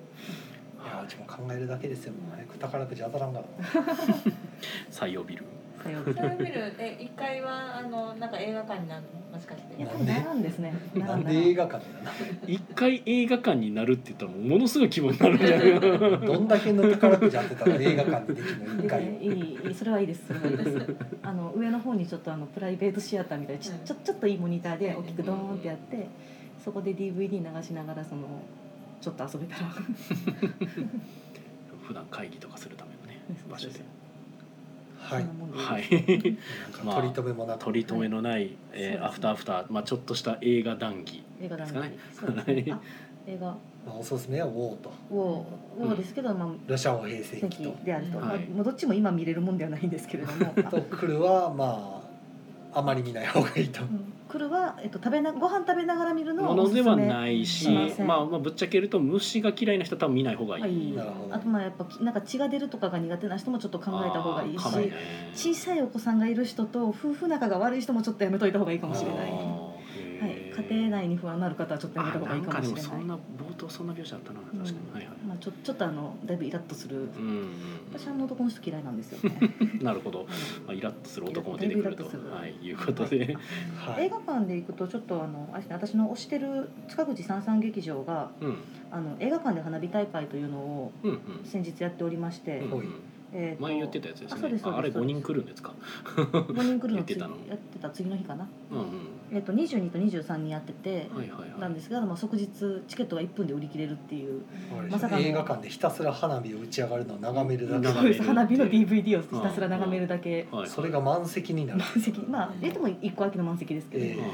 E: やうちも考えるだけですよ早く宝くじ当たらんから
A: 採用ビル
B: 火曜日
D: それ見るえ一回はあのなんか映画館になるのもしかして
B: いや。多分並んですね並
E: なんん
B: だ
E: で映画館だ
A: 一回映画館になるって言ったらものすごい気分になるんじゃないかな
E: などんだけの宝くじ当てたら映画館でできるの
B: い
E: 一
B: い
E: 回
B: ねいいいいそれはいいですそれはいいです あの上の方にちょっとあのプライベートシアターみたいなちょ
D: うん
B: ちょちょっといいモニターで大きくドーンってやってそこで DVD 流しながらそのちょっと遊べたら
A: 普段会議とかするためのね場所で
E: は
B: そ
E: い
B: んなもんでいい
A: はい
E: なんか取り留めもなく、
A: 取り留めのない、えー
B: そうですね
A: アフターアフター、まあ、ちょっとした映画談義
B: 映画だね
A: です
B: そ
A: か
B: う
A: ね
B: ですねあ映画
E: まあ、おすすめはウォーと
B: を
A: うん
B: をですけどまあ
E: ロシアを平成期
B: 席
E: と
B: であると、
A: はい
B: まあ、もうどっちも今見れるもんではないんですけれど も
E: とクルはまああまり見ない方がいいと
B: うんクルは、えっと、食べなご飯食べながら見るのは
A: も
B: お
A: の
B: す
A: ですは
B: め
A: ないし
B: すいません
A: まあ、まあぶっちゃけると虫が嫌いな人は多分見ない方がいい、
B: はい
E: なるほど
B: あとまあやっぱきなんか血が出るとかが苦手な人もちょっと考えた方がいい
A: あー
B: し
A: かもね
B: 小さいお子さんがいる人と夫婦仲が悪い人もちょっとやめといた方がいいかもしれない、
A: あー
B: は
A: へー
B: い、家庭内に不安のある方はちょっとやめた
A: あ
B: 方が
A: ない
B: い
A: ん
B: か
A: か
B: も
A: で
B: し
A: も
B: れない
A: そんな冒頭そんな描写あったな確かに、
B: うん
A: はいはい
B: まあ、ちょちょっとあのだいぶイラッとする
A: うんうんうん
B: 私あの男の人嫌いなんですよね
A: なるほど、まあ、イラッとする男も出てくると
B: だいぶイラッとする
A: はい、いうことで、
E: は
B: 映
E: い
B: 画館で行くとちょっとあのあれですね私の推してる塚口三三劇場が
A: うん、
B: あの映画館で花火大会というのを
A: うん
B: 先日やっておりまして、
A: うん、
E: ほい
B: えーと
A: 前言ってたやつです
B: あ
A: ね
B: そうですそうです
A: ああれ5人来るんですか
B: 5人来 るの次
A: 言ってたの
B: やってた次の日かな、
A: うんうん
B: えー、と22と23にやってて、
A: はいはいは
B: ないんですが、まあ、即日チケットが1分で売り切れるっていうまさかの
E: 映画館でひたすら花火を打ち上がるのを眺めるだけ
A: 眺める
B: そうで
A: って
B: す花火の DVD をひたすら眺めるだけ
A: はいはい
E: それが満席に なる
B: 満席まあ入れても1個空きの満席ですけど、
E: え
A: うん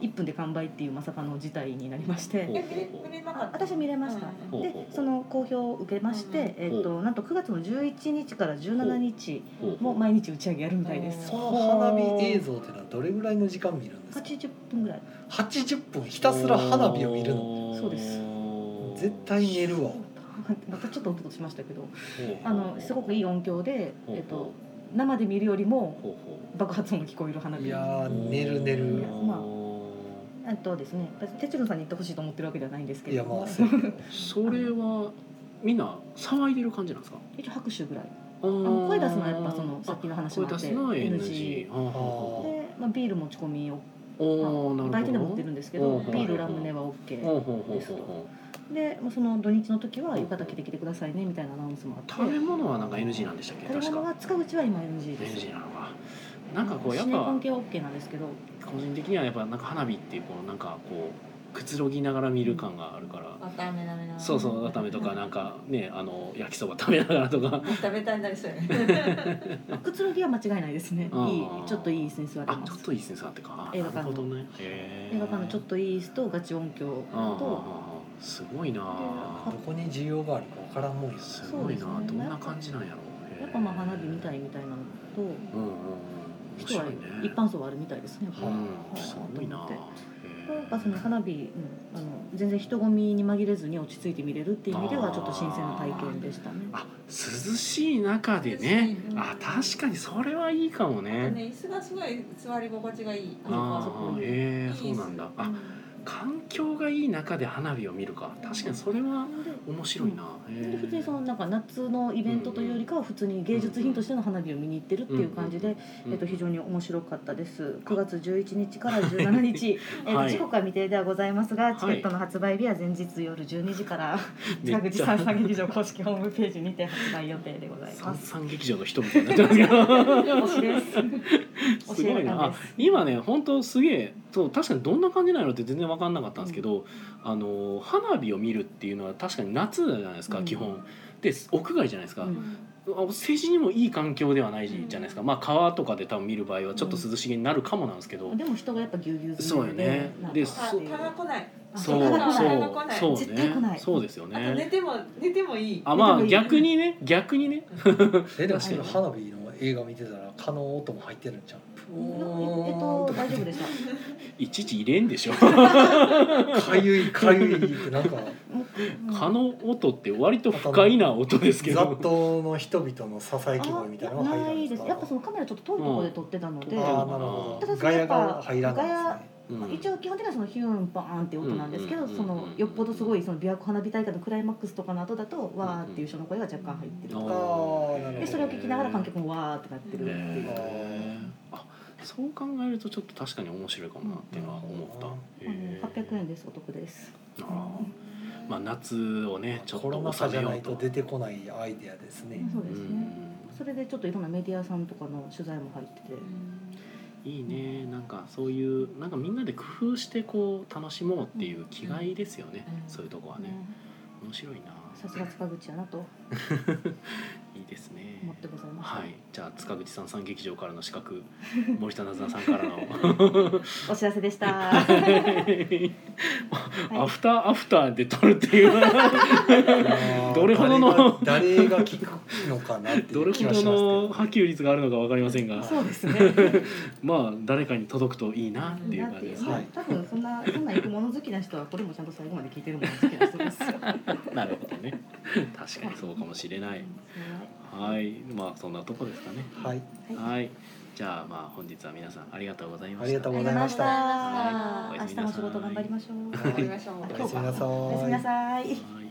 B: 1分で完売っていうまさかの事態になりまし
A: ほう
B: て
D: え見れ見れなか
B: あ
D: った。
B: 私見れました、
D: う
A: ほ
D: ん
A: う
B: で
A: ほう
B: その好評を受けまして、
D: うん
B: えー、となんと9月の11日から17日
A: ほうほう
B: も毎日打ち上げやるみたいで
D: う
B: す
E: その花火映像っていうのはどれぐらいの時間見るんですか
B: 80分ぐらい
E: 80分ひたすら花火を見るの
B: そうです
E: 絶対寝るわ
B: またちょっと音しましたけど
A: ほうほう
B: あのすごくいい音響で、
A: ほうほう
B: えっと、生で見るよりも
A: ほうほ
B: 爆発音が聞こえる花
E: い
B: 火
E: や
A: う
E: ー寝る寝る
B: まあとですね別に哲郎さんに行ってほしいと思ってるわけではないんですけ
E: い
B: れ
E: や
B: ど
E: ま
B: も
E: あそうやけど
A: それはみんな騒いでる感じなんですか
B: 一応拍手ぐらい
A: あ
B: あ
A: の
B: の声出すのはやっぱそのさっきの話
A: 声
B: もあ
A: 出
B: って
A: すのは
B: NG
A: NG はあはあはあ
E: あ
B: で、まあ、ビール持ち込みを
A: おーなるほど
B: 売店で持ってるんですけ
A: ほ
B: ど
A: う
B: ビールラムネは OK
A: ほうほうほうほうほう
B: でもうその土日の時は浴衣着てきてくださいねみたいなアナウンスもあって
A: 食べ物はなんか NG なんでしたっけ
B: 食べ
A: 確
B: 物は
A: か
B: 塚口は今 NG です
A: NG なのかなんかこうやっ
B: シネコ
A: ぱ
B: ン系は OK なんですけど
A: 個人的にはやっぱなんか花火っていうこうなんかこうくつろぎながら見る感があるから、
D: また雨だめだ。
A: そうそうわためとかなんかねあの焼きそば食べながらとか
D: 食べたいなりそうやね。
B: くつろぎは間違いないですね
A: あー
B: いいちょっといい椅子に座って
A: あ
B: ま
A: ちょ
B: す
A: っといいですね座ってかあ
B: 映画館
A: な
B: の
A: るほどね映
B: 映画館のちょっ
A: と
B: といい椅子とガチ音響
A: ああ
B: と
A: あすごいな
E: どこに需要があるかわから んもんや
A: す
B: そう
A: ごい
B: で
A: な
B: すね
A: どんな感じなんやろう
B: やっぱまあ花火みたい
A: うん
B: みたいなのと
A: うんうん面
B: 人は
A: 白いね
B: 一般層はあるみたいですね。
A: う
B: やっ
A: んすごいな
B: はいぱなん
A: へ
B: かその花火、うん、あの全然人混みに紛れずに落ち着いて見れるっていう意味で
A: あ
B: は
A: ー
B: ちょっと新鮮な体験でしたね。
A: あ涼しい中でね
D: 涼しい
A: あ確かにそれはいいかも
D: あと
A: ね
D: ね椅子がすごい座り心地がいい。
A: あ
D: そこ
A: あ
D: そこ
A: へえそうなんだ
D: う
A: あ環境がいい中で花火を見るか確かにそれは面白いな、へえ
B: で普通にそのなんか夏のイベントというよりかは普通に芸術品としての花火を見に行ってるっていう感じで、えっと、非常に面白かったです9月11日から17日、 えっ
A: は
B: と、
A: い
B: 時刻は未定ではございますが、
A: い
B: チケットの発売日は前日夜12時から
A: め
B: 北
A: っ
B: 口
A: ち
B: 三
A: ゃ
B: 三劇場公式ホームページにて発売予定でござい
A: 三
B: ます。
A: 三劇場の人みたいになってますけど
B: 推しです。
A: す
B: 推し
A: ご
B: 映
A: い
B: 画
A: な
B: 館
A: あ
B: です。
A: 今ね本当すげえそう確かにどんな感じなのって全然分かんなかったんですけど、あの花火を見るっていうのは確かに夏じゃないですか、
B: うん
A: 基本で屋外じゃないですか、
B: う
A: あ
B: ん
A: 政治にもいい環境ではないじゃないですか、まあ川とかで多分見る場合はちょっと涼しげになるかもなんですけど、
B: でも人がやっぱぎゅうぎゅう詰めで
A: そうよねで
B: なんか
A: そう
D: 蚊が来ない。
A: そう
B: なかなか
A: そ
D: な
A: う
D: かなか
A: そう
B: 絶対来な
A: ね
B: い
A: そうですよ
D: あと寝
A: ね
D: ても寝てもいい。
A: あまあ
B: でもいい
A: 逆にね逆にね
E: えでもそ
A: 確か
E: の
A: に
E: 花火の映画見てたら蚊の音も入ってるんじゃん
B: えっと大丈夫 でした
A: いちいち入れんでし ょ
E: かゆいかゆいってなん か
A: 蚊の音って割と不快な音ですけ
E: 雑
A: ど
E: 踏の人々のささやき声みたいなのが
B: あ
E: 入
B: いで
E: らな
B: す
E: い
B: やっぱそのカメラちょっと遠いところで撮ってたので、
A: うん
E: ああなるほ
B: た
E: ど
B: だその
E: ガ
B: や
E: ヤ
B: っぱ
E: が入らないですね
A: うん
B: 一応基本的にはそのヒューンバーンっていう音なんですけ
A: う
B: ど、
A: ん
B: そのよっぽどすごいその琵琶湖花火大会のクライマックスとかの後だとわーっていう人の声が若干入ってるとか、
E: あーなるほど
B: でそれを聞きながら観客もわーってなってるっていう、
A: へーあそう考えるとちょっと確かに面白いかもなっていうのは思った
E: うん
A: へー
B: あの800円ですお得です
A: あーまあ夏をねちょっ
E: コロ
A: と
E: ナ禍
A: 収
E: じ
A: め
E: ゃ
A: よ
E: な
A: う
E: いと
A: と
E: 出てこないアイデアですね
B: そう
A: う
B: ですね、
A: ん
B: それでちょっといろんなメディアさんとかの取材も入ってて、
A: いいねなんかそういうなんかみんなで工夫してこう楽しもうっていう気概ですよね
D: うん
A: そういうとこは
B: ね
A: ね面白いな
B: さすが塚口やなと
A: いいですね
B: 思ってございました、
A: はいじゃあ塚口さんさん劇場からの資格森田なずなさん からの
B: お知らせでした、
A: アフターアフターで撮るっていう どれほどの
E: 誰が誰が聞くのかなってい
A: どれほ
E: う気がしま
A: ど
E: すけど
A: の波及率があるのかわかりませんが
B: そうですね
A: まあ誰かに届くといいなっていう
B: だっ
A: 感じ
B: て
A: です
E: ね
B: まあ多分そんなそんな行くもの好きな人はこれもちゃんと最後まで聞いてるもの好きな人ですよ。
A: なるほどね 確かにそうかもしれないはいまあそんなとこですかね
E: はい
A: はいじゃあまあ本日は皆さんありがとうございました
E: ありがとうございました
A: はいおや
B: 明
A: すみ
B: 日
A: な
B: も
A: さい
B: 仕事頑張りましょう。
D: 頑張りましょう
E: おやすみなさ
B: おやすみなさい。
A: はい